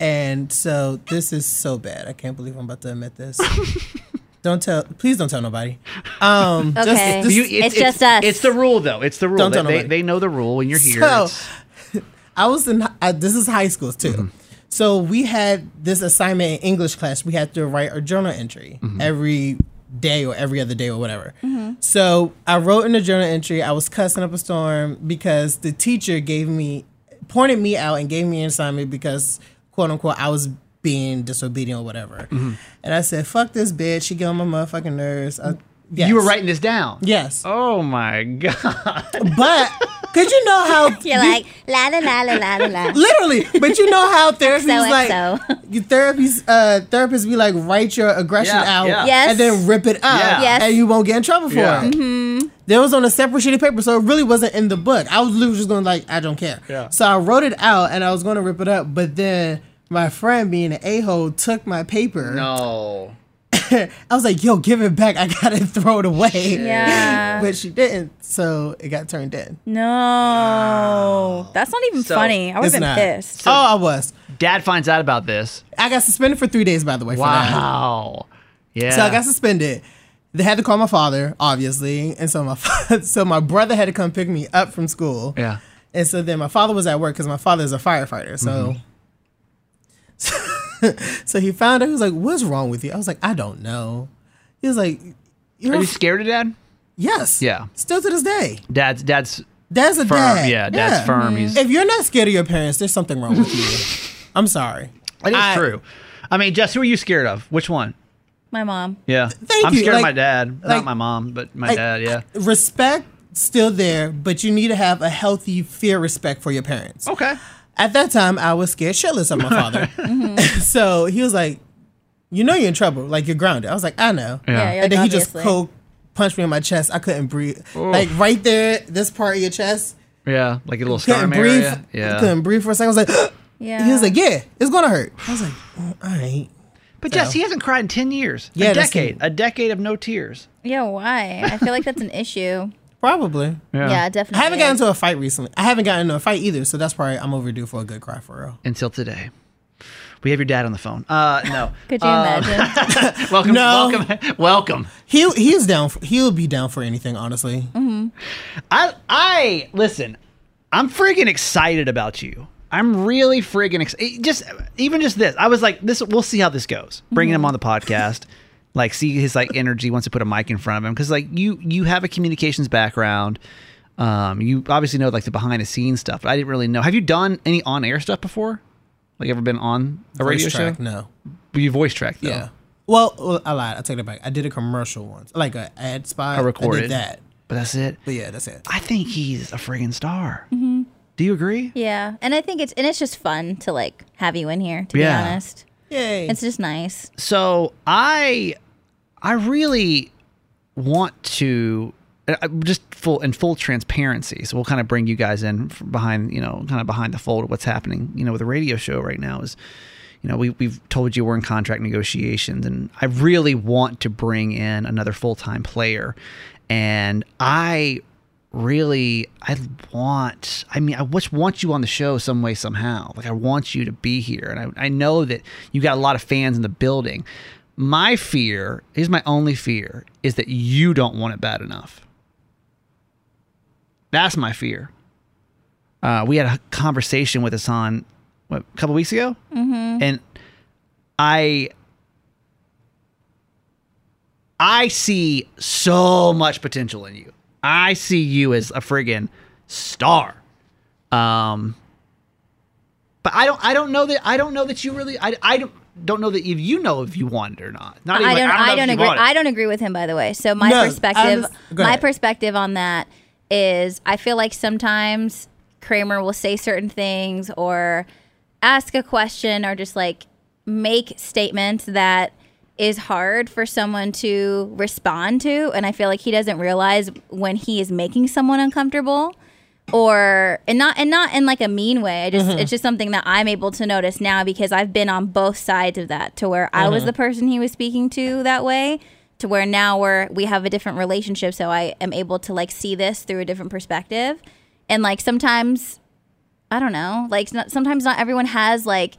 [SPEAKER 4] And so this is so bad. I can't believe I'm about to admit this. don't tell, please don't tell nobody. Um, just-
[SPEAKER 3] Okay.
[SPEAKER 4] just-
[SPEAKER 3] You- It's just us.
[SPEAKER 2] It's the rule, though. It's the rule.
[SPEAKER 4] Don't
[SPEAKER 2] They,
[SPEAKER 4] tell
[SPEAKER 2] they,
[SPEAKER 4] nobody.
[SPEAKER 2] they know the rule when you're here.
[SPEAKER 4] So-
[SPEAKER 2] It's-
[SPEAKER 4] I was in. hi- Uh, this is high school too.
[SPEAKER 2] Mm-hmm.
[SPEAKER 4] So we had this assignment in English class. We had to write a journal entry
[SPEAKER 2] Mm-hmm.
[SPEAKER 4] every day or every other day or whatever. So I wrote in the journal entry. I was cussing up a storm because the teacher gave me, pointed me out and gave me an assignment because quote unquote I was being disobedient or whatever.
[SPEAKER 2] Mm-hmm.
[SPEAKER 4] And I said, "Fuck this bitch." She get on my motherfucking nerves. I, yes.
[SPEAKER 2] You were writing this down.
[SPEAKER 4] Yes,
[SPEAKER 2] Oh my god.
[SPEAKER 4] but could you know how
[SPEAKER 3] You're like, la la la la la la la.
[SPEAKER 4] Literally, but you know how therapy's like
[SPEAKER 3] XOXO.
[SPEAKER 4] your therapies uh therapists be like write your aggression
[SPEAKER 2] Yeah,
[SPEAKER 4] out
[SPEAKER 2] yeah.
[SPEAKER 3] Yes.
[SPEAKER 4] and then rip it up
[SPEAKER 2] Yeah.
[SPEAKER 3] Yes.
[SPEAKER 4] and you won't get in trouble for
[SPEAKER 2] Yeah.
[SPEAKER 4] it. Mm-hmm. There was on a separate sheet of paper, so it really wasn't in the book. I was literally just going like I don't care.
[SPEAKER 2] Yeah.
[SPEAKER 4] So I wrote it out and I was going to rip it up, but then my friend being an a hole took my paper.
[SPEAKER 2] No.
[SPEAKER 4] I was like, yo, give it back. I gotta throw it away.
[SPEAKER 3] Yeah.
[SPEAKER 4] But she didn't, so it got turned in.
[SPEAKER 3] No. That's not even
[SPEAKER 2] So-
[SPEAKER 3] funny. I would
[SPEAKER 4] It's
[SPEAKER 3] have been
[SPEAKER 4] not.
[SPEAKER 3] pissed.
[SPEAKER 4] oh, I was.
[SPEAKER 2] Dad finds out about this.
[SPEAKER 4] I got suspended for three days, by the way. For that.
[SPEAKER 2] Wow. Yeah.
[SPEAKER 4] So I got suspended. They had to call my father, obviously, and so my fa- so my brother had to come pick me up from school.
[SPEAKER 2] Yeah.
[SPEAKER 4] And so then my father was at work because my father is a firefighter. So,
[SPEAKER 2] Mm-hmm.
[SPEAKER 4] so he found out. He was like, "What's wrong with you?" I was like, "I don't know." He was like, "You're
[SPEAKER 2] Are
[SPEAKER 4] a
[SPEAKER 2] you
[SPEAKER 4] f-
[SPEAKER 2] scared of dad?
[SPEAKER 4] yes,
[SPEAKER 2] Yeah.
[SPEAKER 4] Still to this day,
[SPEAKER 2] Dad's dad's
[SPEAKER 4] dad's a
[SPEAKER 2] firm.
[SPEAKER 4] dad.
[SPEAKER 2] Yeah, dad's firm. He's
[SPEAKER 4] If you're not scared of your parents, there's something wrong with you. I'm sorry.
[SPEAKER 2] It is
[SPEAKER 4] I-
[SPEAKER 2] true. I mean, Jess, who are you scared of? Which one?
[SPEAKER 3] My mom.
[SPEAKER 2] Yeah.
[SPEAKER 4] Thank
[SPEAKER 2] I'm
[SPEAKER 4] you.
[SPEAKER 2] scared of
[SPEAKER 4] Like-
[SPEAKER 2] my dad. Not
[SPEAKER 4] like-
[SPEAKER 2] my mom, but my
[SPEAKER 4] like,
[SPEAKER 2] dad, yeah.
[SPEAKER 4] Respect still there, but you need to have a healthy fear respect for your parents.
[SPEAKER 2] Okay.
[SPEAKER 4] At that time, I was scared shitless of my father.
[SPEAKER 3] Mm-hmm.
[SPEAKER 4] so he was like, "You know you're in trouble. Like you're grounded." I was like, "I know."
[SPEAKER 3] Yeah. you're like,
[SPEAKER 4] and then he
[SPEAKER 3] obviously.
[SPEAKER 4] just cold punched me in my chest. I couldn't breathe. Like right there, this part of your chest
[SPEAKER 2] Yeah. Like a little
[SPEAKER 4] couldn't
[SPEAKER 2] scar
[SPEAKER 4] breathe.
[SPEAKER 2] area. Yeah.
[SPEAKER 4] couldn't breathe for a second. I was like.
[SPEAKER 3] Yeah.
[SPEAKER 4] He was like, "Yeah, it's gonna hurt." I was like, "Mm, "All right."
[SPEAKER 2] But Jess, he hasn't cried in ten years. a
[SPEAKER 4] Yeah, that's-
[SPEAKER 2] decade. A decade of no tears.
[SPEAKER 3] Yeah, why? I feel like that's an issue.
[SPEAKER 4] Probably.
[SPEAKER 3] Yeah,
[SPEAKER 4] I
[SPEAKER 3] definitely.
[SPEAKER 4] haven't gotten
[SPEAKER 3] is.
[SPEAKER 4] into a fight recently. I haven't gotten into a fight either, so that's probably I'm overdue for a good cry for real.
[SPEAKER 2] until today. We have your dad on the phone. Uh, no.
[SPEAKER 3] Could you imagine?
[SPEAKER 2] welcome,
[SPEAKER 4] No.
[SPEAKER 2] welcome, welcome.
[SPEAKER 4] He he is down. For, he'll be down for anything, honestly.
[SPEAKER 2] I, I listen. I'm friggin' excited about you. I'm really friggin' ex- it- just even just this. I was like, this. We'll see how this goes. Bringing him on the podcast, like see his like energy once I put a mic in front of him because like you you have a communications background. Um, you obviously know like the behind the scenes stuff, but I didn't really know. Have you done any on air stuff before? Like ever been on a radio
[SPEAKER 4] Voice track,
[SPEAKER 2] show?
[SPEAKER 4] No.
[SPEAKER 2] But you voice track though.
[SPEAKER 4] Yeah. Well, well, I lied. I take it back. I did a commercial once, like a ad spot.
[SPEAKER 2] I recorded
[SPEAKER 4] did that.
[SPEAKER 2] But that's it.
[SPEAKER 4] But yeah, that's it.
[SPEAKER 2] I think he's a friggin' star. Do you agree?
[SPEAKER 3] yeah. And I think it's and it's just fun to like have you in here, to
[SPEAKER 2] Yeah.
[SPEAKER 3] be honest.
[SPEAKER 4] Yay.
[SPEAKER 3] It's just nice.
[SPEAKER 2] So I, I really want to I- I- just full in full transparency. So we'll kind of bring you guys in from behind, you know, kind of behind the fold of what's happening, you know, with the radio show right now is, you know, we we've told you we're in contract negotiations, and I really want to bring in another full time player, and I really I want I mean I just want you on the show some way somehow like I want you to be here and I, I know that you got a lot of fans in the building my fear is my only fear is that you don't want it bad enough that's my fear uh, we had a conversation with Hassan what, a couple weeks ago mm-hmm. and I I see so much potential in you. I see you as a friggin' star. Um, but I don't. I don't know that. I don't know that you really. I. I don't. Don't know that if you know if you want it or not. Not even
[SPEAKER 3] I
[SPEAKER 2] like,
[SPEAKER 3] don't.
[SPEAKER 2] know
[SPEAKER 3] I
[SPEAKER 2] if
[SPEAKER 3] don't
[SPEAKER 2] you
[SPEAKER 3] agree.
[SPEAKER 2] want it.
[SPEAKER 3] I don't agree with him, by the way. So my
[SPEAKER 4] No,
[SPEAKER 3] perspective,
[SPEAKER 4] I'm- go
[SPEAKER 3] my
[SPEAKER 4] ahead.
[SPEAKER 3] perspective on that is, I feel like sometimes Kramer will say certain things or ask a question or just like make statements that is hard for someone to respond to, and I feel like he doesn't realize when he is making someone uncomfortable. or and not and not in like a mean way. I just it's just something that I'm able to notice now because I've been on both sides of that to where I was the person he was speaking to that way to where now we're we have a different relationship so I am able to like see this through a different perspective. And like sometimes I don't know, like it's not, sometimes not everyone has like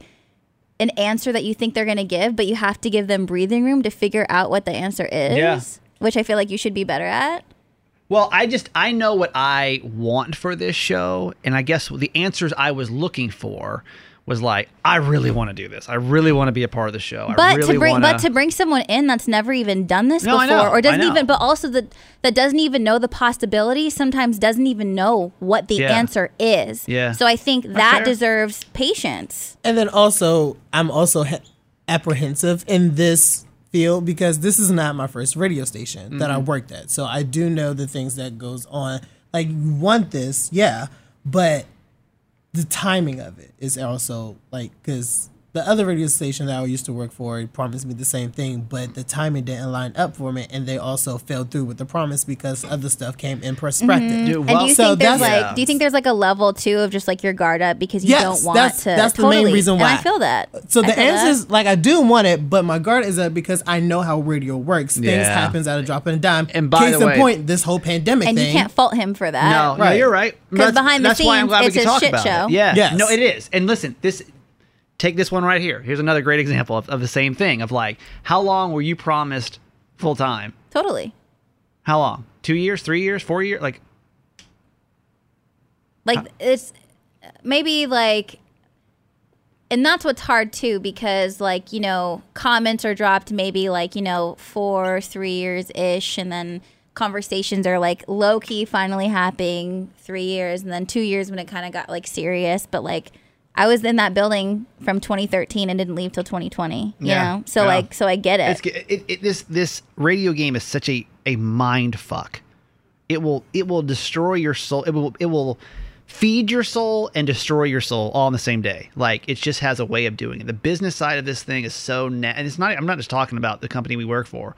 [SPEAKER 3] an answer that you think they're going to give, but you have to give them breathing room to figure out what the answer is,
[SPEAKER 2] Yeah.
[SPEAKER 3] which I feel like you should be better at.
[SPEAKER 2] Well, I just I know what I want for this show, and I guess the answers I was looking for was like I really want to do this. I really want to be a part of the show. I
[SPEAKER 3] But
[SPEAKER 2] really
[SPEAKER 3] to bring
[SPEAKER 2] wanna,
[SPEAKER 3] but to bring someone in that's never even done this
[SPEAKER 2] No, I
[SPEAKER 3] before
[SPEAKER 2] know, I
[SPEAKER 3] or doesn't
[SPEAKER 2] know.
[SPEAKER 3] even but also that that doesn't even know the possibility sometimes doesn't even know what the
[SPEAKER 2] Yeah.
[SPEAKER 3] answer is.
[SPEAKER 2] Yeah.
[SPEAKER 3] So I think that
[SPEAKER 2] fair.
[SPEAKER 3] deserves patience.
[SPEAKER 4] And then also, I'm also he- apprehensive in this field because this is not my first radio station that
[SPEAKER 3] Mm-hmm.
[SPEAKER 4] I worked at. So I do know the things that goes on. Like you want this, yeah, but the timing of it is also like because the other radio station that I used to work for it promised me the same thing, but the timing didn't line up for me, and they also fell through with the promise because other stuff came in perspective.
[SPEAKER 2] Dude,
[SPEAKER 3] Mm-hmm. And
[SPEAKER 2] well,
[SPEAKER 3] do you
[SPEAKER 4] so
[SPEAKER 3] think there's
[SPEAKER 4] that's-
[SPEAKER 3] like do you think there's like a level too of just like your guard up because you
[SPEAKER 4] Yes,
[SPEAKER 3] don't want
[SPEAKER 4] that's-
[SPEAKER 3] to
[SPEAKER 4] that's the main
[SPEAKER 3] totally.
[SPEAKER 4] reason
[SPEAKER 3] And
[SPEAKER 4] why.
[SPEAKER 3] I feel that.
[SPEAKER 4] So
[SPEAKER 3] I
[SPEAKER 4] the
[SPEAKER 3] feel
[SPEAKER 4] answer
[SPEAKER 3] that.
[SPEAKER 4] is like I do want it, but my guard is up because I know how radio works. Things
[SPEAKER 2] Yeah.
[SPEAKER 4] happens at a drop and a dime.
[SPEAKER 2] And by
[SPEAKER 4] case
[SPEAKER 2] the
[SPEAKER 4] in
[SPEAKER 2] way-
[SPEAKER 4] point, this whole pandemic
[SPEAKER 3] and
[SPEAKER 4] thing.
[SPEAKER 3] you can't fault him for that.
[SPEAKER 2] No, no,
[SPEAKER 4] Right.
[SPEAKER 2] you're right.
[SPEAKER 3] 'Cause
[SPEAKER 2] That's-
[SPEAKER 3] behind the
[SPEAKER 2] that's why I'm
[SPEAKER 3] scenes,
[SPEAKER 2] glad we
[SPEAKER 3] it's
[SPEAKER 2] can
[SPEAKER 3] a
[SPEAKER 2] talk
[SPEAKER 3] shit
[SPEAKER 2] about
[SPEAKER 3] show.
[SPEAKER 2] It. Yeah.
[SPEAKER 4] Yes.
[SPEAKER 2] No, it is. And listen, this take this one right here. Here's another great example of, of the same thing of like how long were you promised full time?
[SPEAKER 3] Totally.
[SPEAKER 2] How long? Two years, three years, four years? Like
[SPEAKER 3] like
[SPEAKER 2] Uh,
[SPEAKER 3] it's maybe like and that's what's hard too because like you know comments are dropped maybe like you know four three years ish and then conversations are like low key finally happening three years and then two years when it kind of got like serious but like i was in that building from 2013 and didn't leave till 2020 you
[SPEAKER 2] Yeah,
[SPEAKER 3] know so
[SPEAKER 2] yeah.
[SPEAKER 3] like so i get it
[SPEAKER 2] It's, it, it, this this radio game is such a, a mind fuck. It will it will destroy your soul. It will it will feed your soul and destroy your soul all in the same day. Like it just has a way of doing it. The business side of this thing is so na- and it's not. I'm not just talking about the company we work for.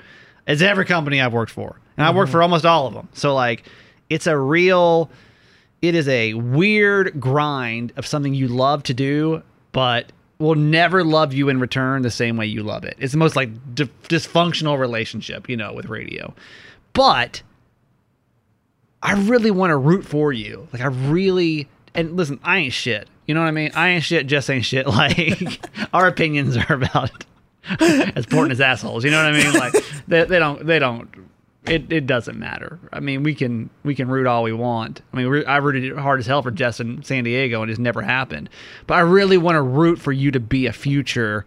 [SPEAKER 2] It's every company I've worked for, and I've worked for almost all of them. So like, it's a real it is a weird grind of something you love to do, but will never love you in return the same way you love it. It's the most like d- dysfunctional relationship, you know, with radio. But I really want to root for you. Like I really and listen, I ain't shit. You know what I mean? I ain't shit, just ain't shit. Like our opinions are about as important as assholes. You know what I mean? Like they, they don't they don't it, it doesn't matter. I mean, we can we can root all we want. I mean, we- I rooted it hard as hell for Jess in San Diego, and it's never happened. But I really want to root for you to be a future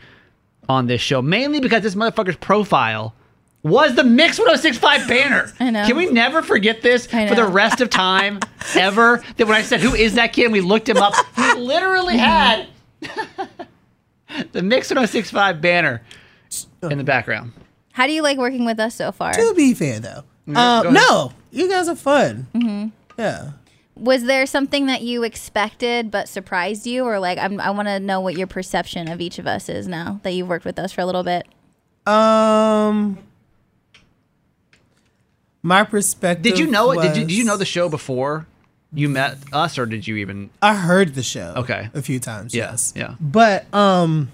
[SPEAKER 2] on this show, mainly because this motherfucker's profile was the Mix 1065 banner.
[SPEAKER 3] I know.
[SPEAKER 2] Can we never forget this
[SPEAKER 3] I
[SPEAKER 2] for the
[SPEAKER 3] know.
[SPEAKER 2] rest of time ever? That when I said, "Who is that kid?" and we looked him up, he literally had the Mix 1065 banner in the background.
[SPEAKER 3] how do you like working with us so far
[SPEAKER 4] To be fair, though,
[SPEAKER 2] go ahead.
[SPEAKER 4] um, no, you guys are fun. Mm-hmm. Yeah,
[SPEAKER 3] was there something that you expected but surprised you or like I'm, i want to know what your perception of each of us is now that you've worked with us for a little bit
[SPEAKER 4] um, my perspective.
[SPEAKER 2] Did you know it? Did you, did you know
[SPEAKER 4] was-
[SPEAKER 2] the show before you met us, or did you even?
[SPEAKER 4] I heard the show.
[SPEAKER 2] Okay.
[SPEAKER 4] A few times.
[SPEAKER 2] Yeah,
[SPEAKER 4] Yes.
[SPEAKER 2] yeah.
[SPEAKER 4] But um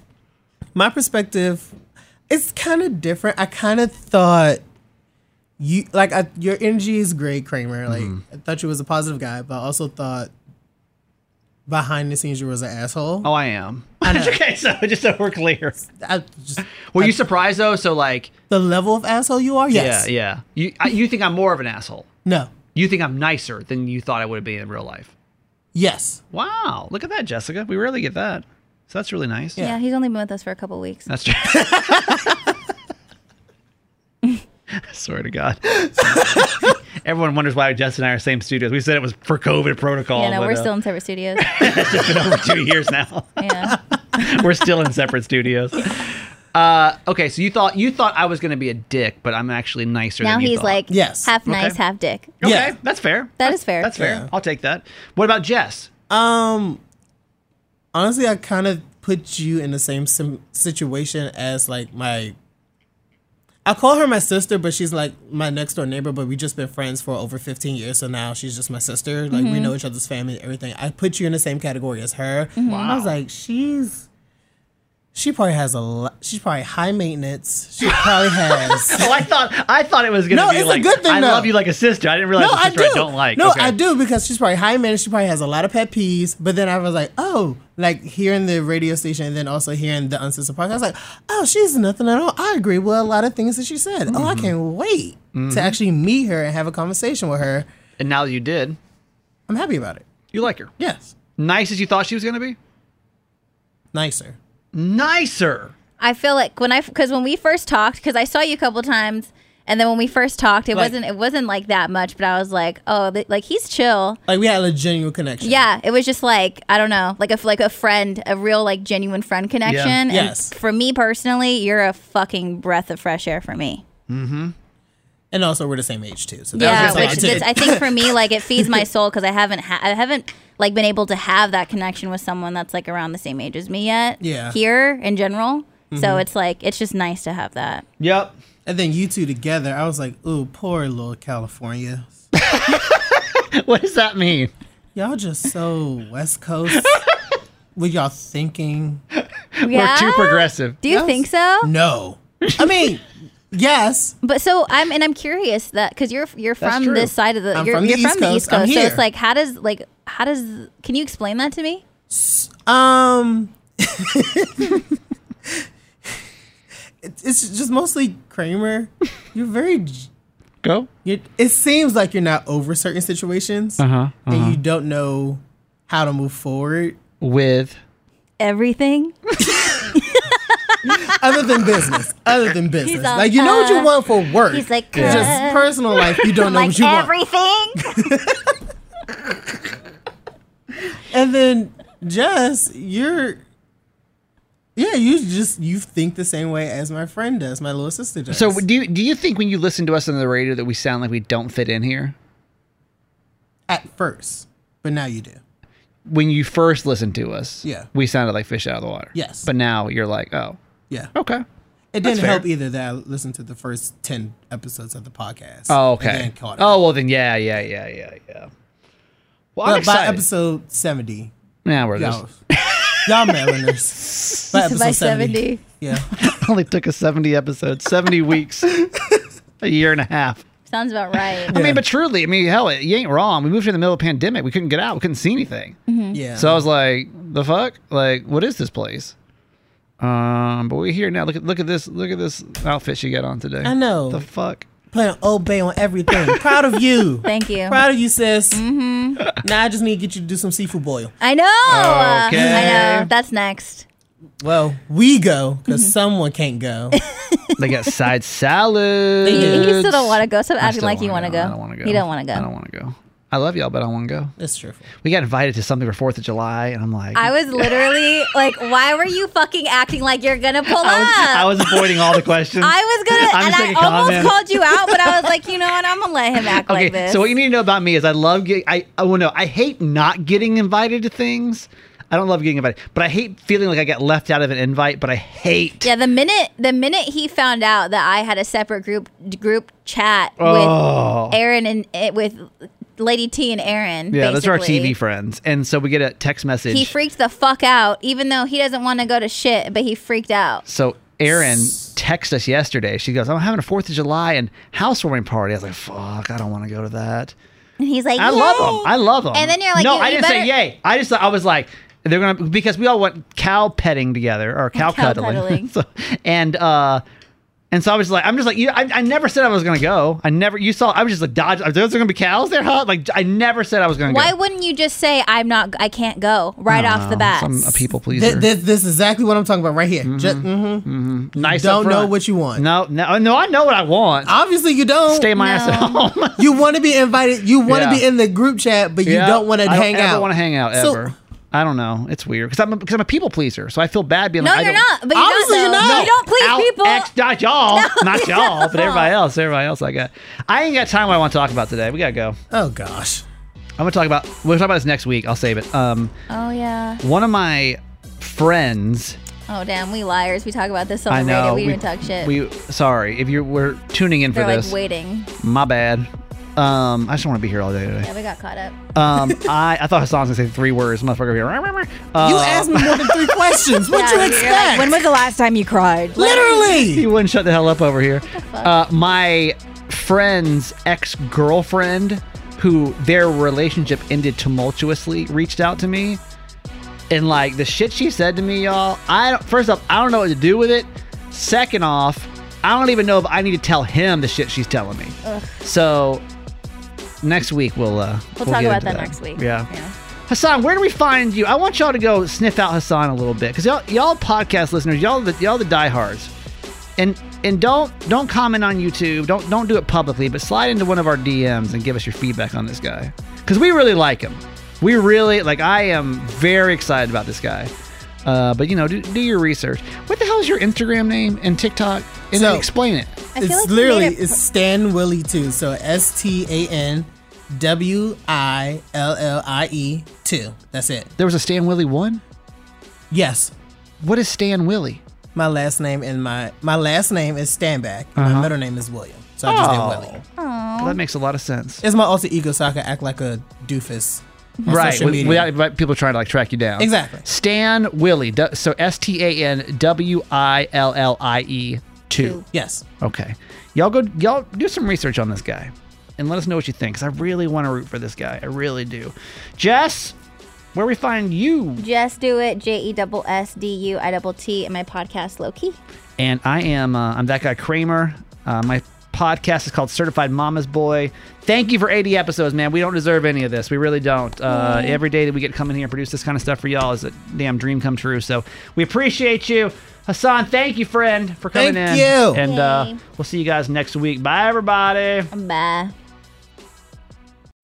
[SPEAKER 4] my perspective it's kind of different. I kind of thought you like I, your energy is great, Kramer. Like
[SPEAKER 2] Mm-hmm.
[SPEAKER 4] I thought you was a positive guy, but I also thought behind the scenes you was an asshole.
[SPEAKER 2] Oh, I am. It's okay, so just so we're clear.
[SPEAKER 4] I just
[SPEAKER 2] Were you surprised though? So like,
[SPEAKER 4] the level of asshole you are. Yes.
[SPEAKER 2] yeah, yeah. You I, you think I'm more of an asshole?
[SPEAKER 4] No.
[SPEAKER 2] You think I'm nicer than you thought I would be in real life?
[SPEAKER 4] Yes.
[SPEAKER 2] Wow, look at that, Jessica. We rarely get that, so that's really nice.
[SPEAKER 3] Yeah, he's only been with us for a couple weeks.
[SPEAKER 2] That's true. Swear to God. Everyone wonders why Jess and I are same studios. We said it was for COVID protocol.
[SPEAKER 3] yeah, no,
[SPEAKER 2] but,
[SPEAKER 3] we're
[SPEAKER 2] uh,
[SPEAKER 3] still in separate studios.
[SPEAKER 2] it's just been over two years now.
[SPEAKER 3] yeah.
[SPEAKER 2] we're still in separate studios. Uh, okay, so you thought you thought I was going to be a dick, but I'm actually nicer.
[SPEAKER 3] Now
[SPEAKER 2] than you
[SPEAKER 3] he's
[SPEAKER 2] thought.
[SPEAKER 3] like
[SPEAKER 4] Yes.
[SPEAKER 3] half nice,
[SPEAKER 2] Okay.
[SPEAKER 3] half dick.
[SPEAKER 2] okay,
[SPEAKER 4] Yeah.
[SPEAKER 2] that's fair.
[SPEAKER 3] That is fair.
[SPEAKER 2] That's fair. I'll take that. What about Jess?
[SPEAKER 4] Um, honestly, I kind of put you in the same sim- situation as like my. I call her my sister, but she's like my next door neighbor. But we just been friends for over fifteen years, so now she's just my sister. Like we know each other's family, everything. I put you in the same category as her. I was like, she's. She probably has a. Lo- she's probably high maintenance. She probably has.
[SPEAKER 2] Oh, I thought I thought it was going to
[SPEAKER 4] No,
[SPEAKER 2] be
[SPEAKER 4] it's a
[SPEAKER 2] like
[SPEAKER 4] good thing,
[SPEAKER 2] I
[SPEAKER 4] though.
[SPEAKER 2] love you like a sister. I didn't realize
[SPEAKER 4] No,
[SPEAKER 2] a
[SPEAKER 4] I
[SPEAKER 2] sister
[SPEAKER 4] do.
[SPEAKER 2] I don't like.
[SPEAKER 4] No,
[SPEAKER 2] Okay.
[SPEAKER 4] I do because she's probably high maintenance. She probably has a lot of pet peeves. But then I was like, oh, like hearing the radio station and then also hearing the uncensored podcast, I was like, oh, she's nothing at all. I agree with a lot of things that she said. Oh,
[SPEAKER 2] Mm-hmm.
[SPEAKER 4] I can't wait to actually meet her and have a conversation with her.
[SPEAKER 2] And now that you did,
[SPEAKER 4] I'm happy about it.
[SPEAKER 2] you like her.
[SPEAKER 4] Yes,
[SPEAKER 2] Nice as you thought she was going to be.
[SPEAKER 4] nicer.
[SPEAKER 2] Nicer.
[SPEAKER 3] I feel like when I because when we first talked because I saw you a couple times and then when we first talked it
[SPEAKER 4] Like-
[SPEAKER 3] wasn't it wasn't like that much but I was like oh th- like he's chill
[SPEAKER 4] Like we had a genuine connection.
[SPEAKER 3] yeah it was just like I don't know like a like a friend a real like genuine friend connection and
[SPEAKER 4] Yes.
[SPEAKER 3] for me personally you're a fucking breath of fresh air for me
[SPEAKER 4] and also we're the same age too. So
[SPEAKER 3] yeah
[SPEAKER 4] that was
[SPEAKER 2] gonna
[SPEAKER 3] which
[SPEAKER 4] just
[SPEAKER 2] say, I
[SPEAKER 3] this, I think for me like it feeds my soul because I haven't ha- I haven't like been able to have that connection with someone that's like around the same age as me yet
[SPEAKER 4] Yeah. Mm-hmm.
[SPEAKER 3] here in general so it's like it's just nice to have that.
[SPEAKER 2] Yep.
[SPEAKER 4] and then you two together, I was like, ooh, poor little California.
[SPEAKER 2] What does that mean?
[SPEAKER 4] Y'all just so West Coast. What y'all thinking?
[SPEAKER 3] Yeah?
[SPEAKER 2] We're too progressive.
[SPEAKER 3] Do you think so?
[SPEAKER 4] No. I mean, yes.
[SPEAKER 3] But so I'm, and I'm curious that because you're you're
[SPEAKER 2] That's
[SPEAKER 3] from
[SPEAKER 2] true.
[SPEAKER 3] this side of the,
[SPEAKER 4] I'm
[SPEAKER 3] you're,
[SPEAKER 4] from the
[SPEAKER 3] you're
[SPEAKER 4] East
[SPEAKER 3] from the East
[SPEAKER 4] Coast. I'm
[SPEAKER 3] Coast. So
[SPEAKER 4] here.
[SPEAKER 3] it's like, how does like how does can you explain that to me?
[SPEAKER 4] Um it- It's just mostly Kramer. You're very j-
[SPEAKER 2] Go.
[SPEAKER 4] you it seems like you're not over certain situations and you don't know how to move forward
[SPEAKER 2] With.
[SPEAKER 3] Everything.
[SPEAKER 4] other than business. Other than business. Like you know what you want for work.
[SPEAKER 3] He's like,
[SPEAKER 4] It's
[SPEAKER 3] "Uh,
[SPEAKER 4] just personal life you don't know
[SPEAKER 3] like
[SPEAKER 4] what you want.
[SPEAKER 3] everything.
[SPEAKER 4] And then Jess, you're yeah, you just you think the same way as my friend does, my little sister does.
[SPEAKER 2] So do you, do you think when you listen to us on the radio that we sound like we don't fit in here?
[SPEAKER 4] at first, but now you do.
[SPEAKER 2] When you first listened to us,
[SPEAKER 4] Yeah.
[SPEAKER 2] we sounded like fish out of the water.
[SPEAKER 4] Yes.
[SPEAKER 2] But now you're like, oh,
[SPEAKER 4] Yeah,
[SPEAKER 2] okay.
[SPEAKER 4] it didn't
[SPEAKER 2] fair.
[SPEAKER 4] help either that I listened to the first ten episodes of the podcast.
[SPEAKER 2] Oh,
[SPEAKER 4] And
[SPEAKER 2] okay.
[SPEAKER 4] then caught
[SPEAKER 2] Oh, well, then, yeah, yeah, yeah, yeah, yeah. Well, I'm
[SPEAKER 4] But by
[SPEAKER 2] excited.
[SPEAKER 4] episode seventy,
[SPEAKER 2] yeah, we're
[SPEAKER 4] y'all,
[SPEAKER 2] just
[SPEAKER 4] y'all mariners. By episode
[SPEAKER 3] By
[SPEAKER 4] 70.
[SPEAKER 3] seventy.
[SPEAKER 4] yeah.
[SPEAKER 2] only took us 70 episodes, 70 weeks, a year and a half.
[SPEAKER 3] Sounds about right.
[SPEAKER 2] I mean, but truly, I mean, hell, you ain't wrong. We moved in the middle of a pandemic. We couldn't get out. We couldn't see anything.
[SPEAKER 4] Yeah.
[SPEAKER 2] So I was like, the fuck? Like, what is this place? Um, but we're here now. Look at look at this look at this outfit she got on today.
[SPEAKER 4] I know.
[SPEAKER 2] The fuck?
[SPEAKER 4] playing obey on everything. Proud of you.
[SPEAKER 3] Thank you.
[SPEAKER 4] Proud of you, sis. Mm-hmm. Now I just need to get you to do some seafood boil.
[SPEAKER 3] I know. I
[SPEAKER 2] Okay.
[SPEAKER 3] know. That's next.
[SPEAKER 4] Well, we go because
[SPEAKER 3] Mm-hmm.
[SPEAKER 4] someone can't go.
[SPEAKER 2] They got side salad.
[SPEAKER 3] He, he still don't want to go. Stop acting like you want to go.
[SPEAKER 2] I don't want to go.
[SPEAKER 3] He don't want to
[SPEAKER 2] I
[SPEAKER 3] go.
[SPEAKER 2] don't want to go. I love y'all, but I don't want to go.
[SPEAKER 4] That's truthful.
[SPEAKER 2] We got invited to something for Fourth of July, and I'm like,
[SPEAKER 3] I was literally like, why were you fucking acting like you're gonna pull
[SPEAKER 2] I was,
[SPEAKER 3] up?
[SPEAKER 2] I was avoiding all the questions.
[SPEAKER 3] I was gonna,
[SPEAKER 2] I'm just
[SPEAKER 3] and
[SPEAKER 2] gonna
[SPEAKER 3] I almost
[SPEAKER 2] comment.
[SPEAKER 3] called you out, but I was like, you know what? I'm gonna let him act like this.
[SPEAKER 2] so what you need to know about me is I love getting. I oh well, no, I hate not getting invited to things. I don't love getting invited, but I hate feeling like I got left out of an invite. But I hate.
[SPEAKER 3] yeah, the minute the minute he found out that I had a separate group group chat
[SPEAKER 2] Oh.
[SPEAKER 3] with Aaron and eh, with Lady T and Aaron,
[SPEAKER 2] Yeah, those are our
[SPEAKER 3] basically,
[SPEAKER 2] TV friends, and so we get a text message.
[SPEAKER 3] He freaked the fuck out, even though he doesn't want to go to shit, but he freaked out.
[SPEAKER 2] so Aaron text us yesterday. She goes, I'm having a 4th of July and housewarming party. I was like, fuck, I don't want to go to that.
[SPEAKER 3] And he's like,
[SPEAKER 2] I love
[SPEAKER 3] "Yay!"
[SPEAKER 2] them. I love them.
[SPEAKER 3] And then you're like,
[SPEAKER 2] no,
[SPEAKER 3] you-
[SPEAKER 2] I
[SPEAKER 3] you
[SPEAKER 2] didn't say
[SPEAKER 3] better-
[SPEAKER 2] yay. I just, I was like, they're gonna because we all went cow petting together or cow,
[SPEAKER 3] Cow
[SPEAKER 2] cuddling,
[SPEAKER 3] cuddling.
[SPEAKER 2] so, and uh, and so I was like, I'm just like, you, I, I never said I was gonna go. I never, you saw, I was just like, dodge. Are those gonna be cows there, huh? Like, I never said I was gonna
[SPEAKER 3] Why
[SPEAKER 2] go.
[SPEAKER 3] wouldn't you just say I'm not? I can't go right off the bat?
[SPEAKER 2] I'm Oh, a people pleaser.
[SPEAKER 4] Th- this, this is exactly what I'm talking about right here. Just, mhm.
[SPEAKER 2] Mm-hmm. nice.
[SPEAKER 4] don't
[SPEAKER 2] up front.
[SPEAKER 4] know what you want.
[SPEAKER 2] No, no, no. I know what I want.
[SPEAKER 4] Obviously, you don't.
[SPEAKER 2] Stay my ass at
[SPEAKER 3] No.
[SPEAKER 2] home.
[SPEAKER 4] you want to be invited. You want to
[SPEAKER 2] Yeah.
[SPEAKER 4] be in the group chat, but you
[SPEAKER 2] Yeah,
[SPEAKER 4] don't want to
[SPEAKER 2] I
[SPEAKER 4] hang
[SPEAKER 2] ever
[SPEAKER 4] out.
[SPEAKER 2] Want to hang out
[SPEAKER 4] So-
[SPEAKER 2] ever? I don't know. It's weird because I'm a, because I'm a people pleaser, so I feel bad being
[SPEAKER 3] no,
[SPEAKER 2] like, I
[SPEAKER 3] you're
[SPEAKER 2] don't-
[SPEAKER 3] not. But you're
[SPEAKER 4] Obviously
[SPEAKER 3] not.
[SPEAKER 4] you're
[SPEAKER 3] though.
[SPEAKER 4] not.
[SPEAKER 3] You don't please
[SPEAKER 2] Out-
[SPEAKER 3] people.
[SPEAKER 2] ex- not y'all, not y'all, but everybody else, everybody else. I got. I ain't got time. What I want to talk about today. We gotta go.
[SPEAKER 4] Oh gosh.
[SPEAKER 2] I'm gonna talk about. We'll talk about this next week. I'll save it. Um,
[SPEAKER 3] oh yeah.
[SPEAKER 2] one of my friends.
[SPEAKER 3] Oh damn, we liars. We talk about this on
[SPEAKER 2] I
[SPEAKER 3] the
[SPEAKER 2] know
[SPEAKER 3] radio. We, didn't talk shit.
[SPEAKER 2] We sorry if you were tuning in for
[SPEAKER 3] They're like
[SPEAKER 2] this.
[SPEAKER 3] waiting.
[SPEAKER 2] My bad. Um, I just want to be here all day today.
[SPEAKER 3] Yeah, we got caught up.
[SPEAKER 2] Um, I I thought Hassan was gonna say three words. Motherfucker, here. Uh,
[SPEAKER 4] You asked me more than three questions. What
[SPEAKER 3] Yeah,
[SPEAKER 4] you
[SPEAKER 3] you're
[SPEAKER 4] expect?
[SPEAKER 5] When was the last time you cried?
[SPEAKER 2] he
[SPEAKER 4] Literally.
[SPEAKER 2] wouldn't shut the hell up over here. Uh, my friend's ex girlfriend, who their relationship ended tumultuously, reached out to me. And like the shit she said to me, y'all, I don't, first off, I don't know what to do with it. Second off, I don't even know if I need to tell him the shit she's telling me. So next week we'll uh
[SPEAKER 3] We'll, talk
[SPEAKER 2] get
[SPEAKER 3] about
[SPEAKER 2] into
[SPEAKER 3] that, next week.
[SPEAKER 2] Yeah. Hassan, where do we find you? I want y'all to go sniff out Hassan a little bit because y'all, y'all podcast listeners, y'all the y'all the diehards, and and don't don't comment on YouTube, don't don't do it publicly, but slide into one of our DMs and give us your feedback on this guy because we really like him. We really like. I am very excited about this guy. Uh, but you know, do, do your research. What the hell is your Instagram name and TikTok? And
[SPEAKER 4] So-
[SPEAKER 2] then explain it.
[SPEAKER 3] I feel
[SPEAKER 4] It's
[SPEAKER 3] like we
[SPEAKER 4] literally
[SPEAKER 3] made it-
[SPEAKER 4] it's Stan Willie too. So S T A N W I L L I E two. That's it.
[SPEAKER 2] There was a Stan Willie one.
[SPEAKER 4] Yes.
[SPEAKER 2] What is Stan Willie?
[SPEAKER 4] My last name and my my last name is Stanback. and My middle name is William. So I just did Willie.
[SPEAKER 2] that makes a lot of sense.
[SPEAKER 4] It's my alter ego, so I can act like a doofus. on
[SPEAKER 2] right
[SPEAKER 4] social
[SPEAKER 2] with-
[SPEAKER 4] media.
[SPEAKER 2] without without people trying to like track you down
[SPEAKER 4] Exactly.
[SPEAKER 2] stan willie du- so s-t-a-n-w-i-l-l-i-e 2
[SPEAKER 4] yes.
[SPEAKER 2] E, okay y'all go y'all do some research on this guy and let us know what you think 'cause i really want to root for this guy i really do jess where we find you
[SPEAKER 3] Just do it. J E double S D U I double T and my podcast low key.
[SPEAKER 2] and i am uh, i'm that guy kramer uh, my podcast is called certified mama's boy thank you for 80 episodes man we don't deserve any of this we really don't uh,
[SPEAKER 4] Mm.
[SPEAKER 2] every day that we get to come in here and produce this kind of stuff for y'all is a damn dream come true so we appreciate you hassan thank you friend for coming
[SPEAKER 4] Thank
[SPEAKER 2] in
[SPEAKER 4] you.
[SPEAKER 2] and uh,
[SPEAKER 3] Yay.
[SPEAKER 2] we'll see you guys next week bye everybody
[SPEAKER 3] Bye.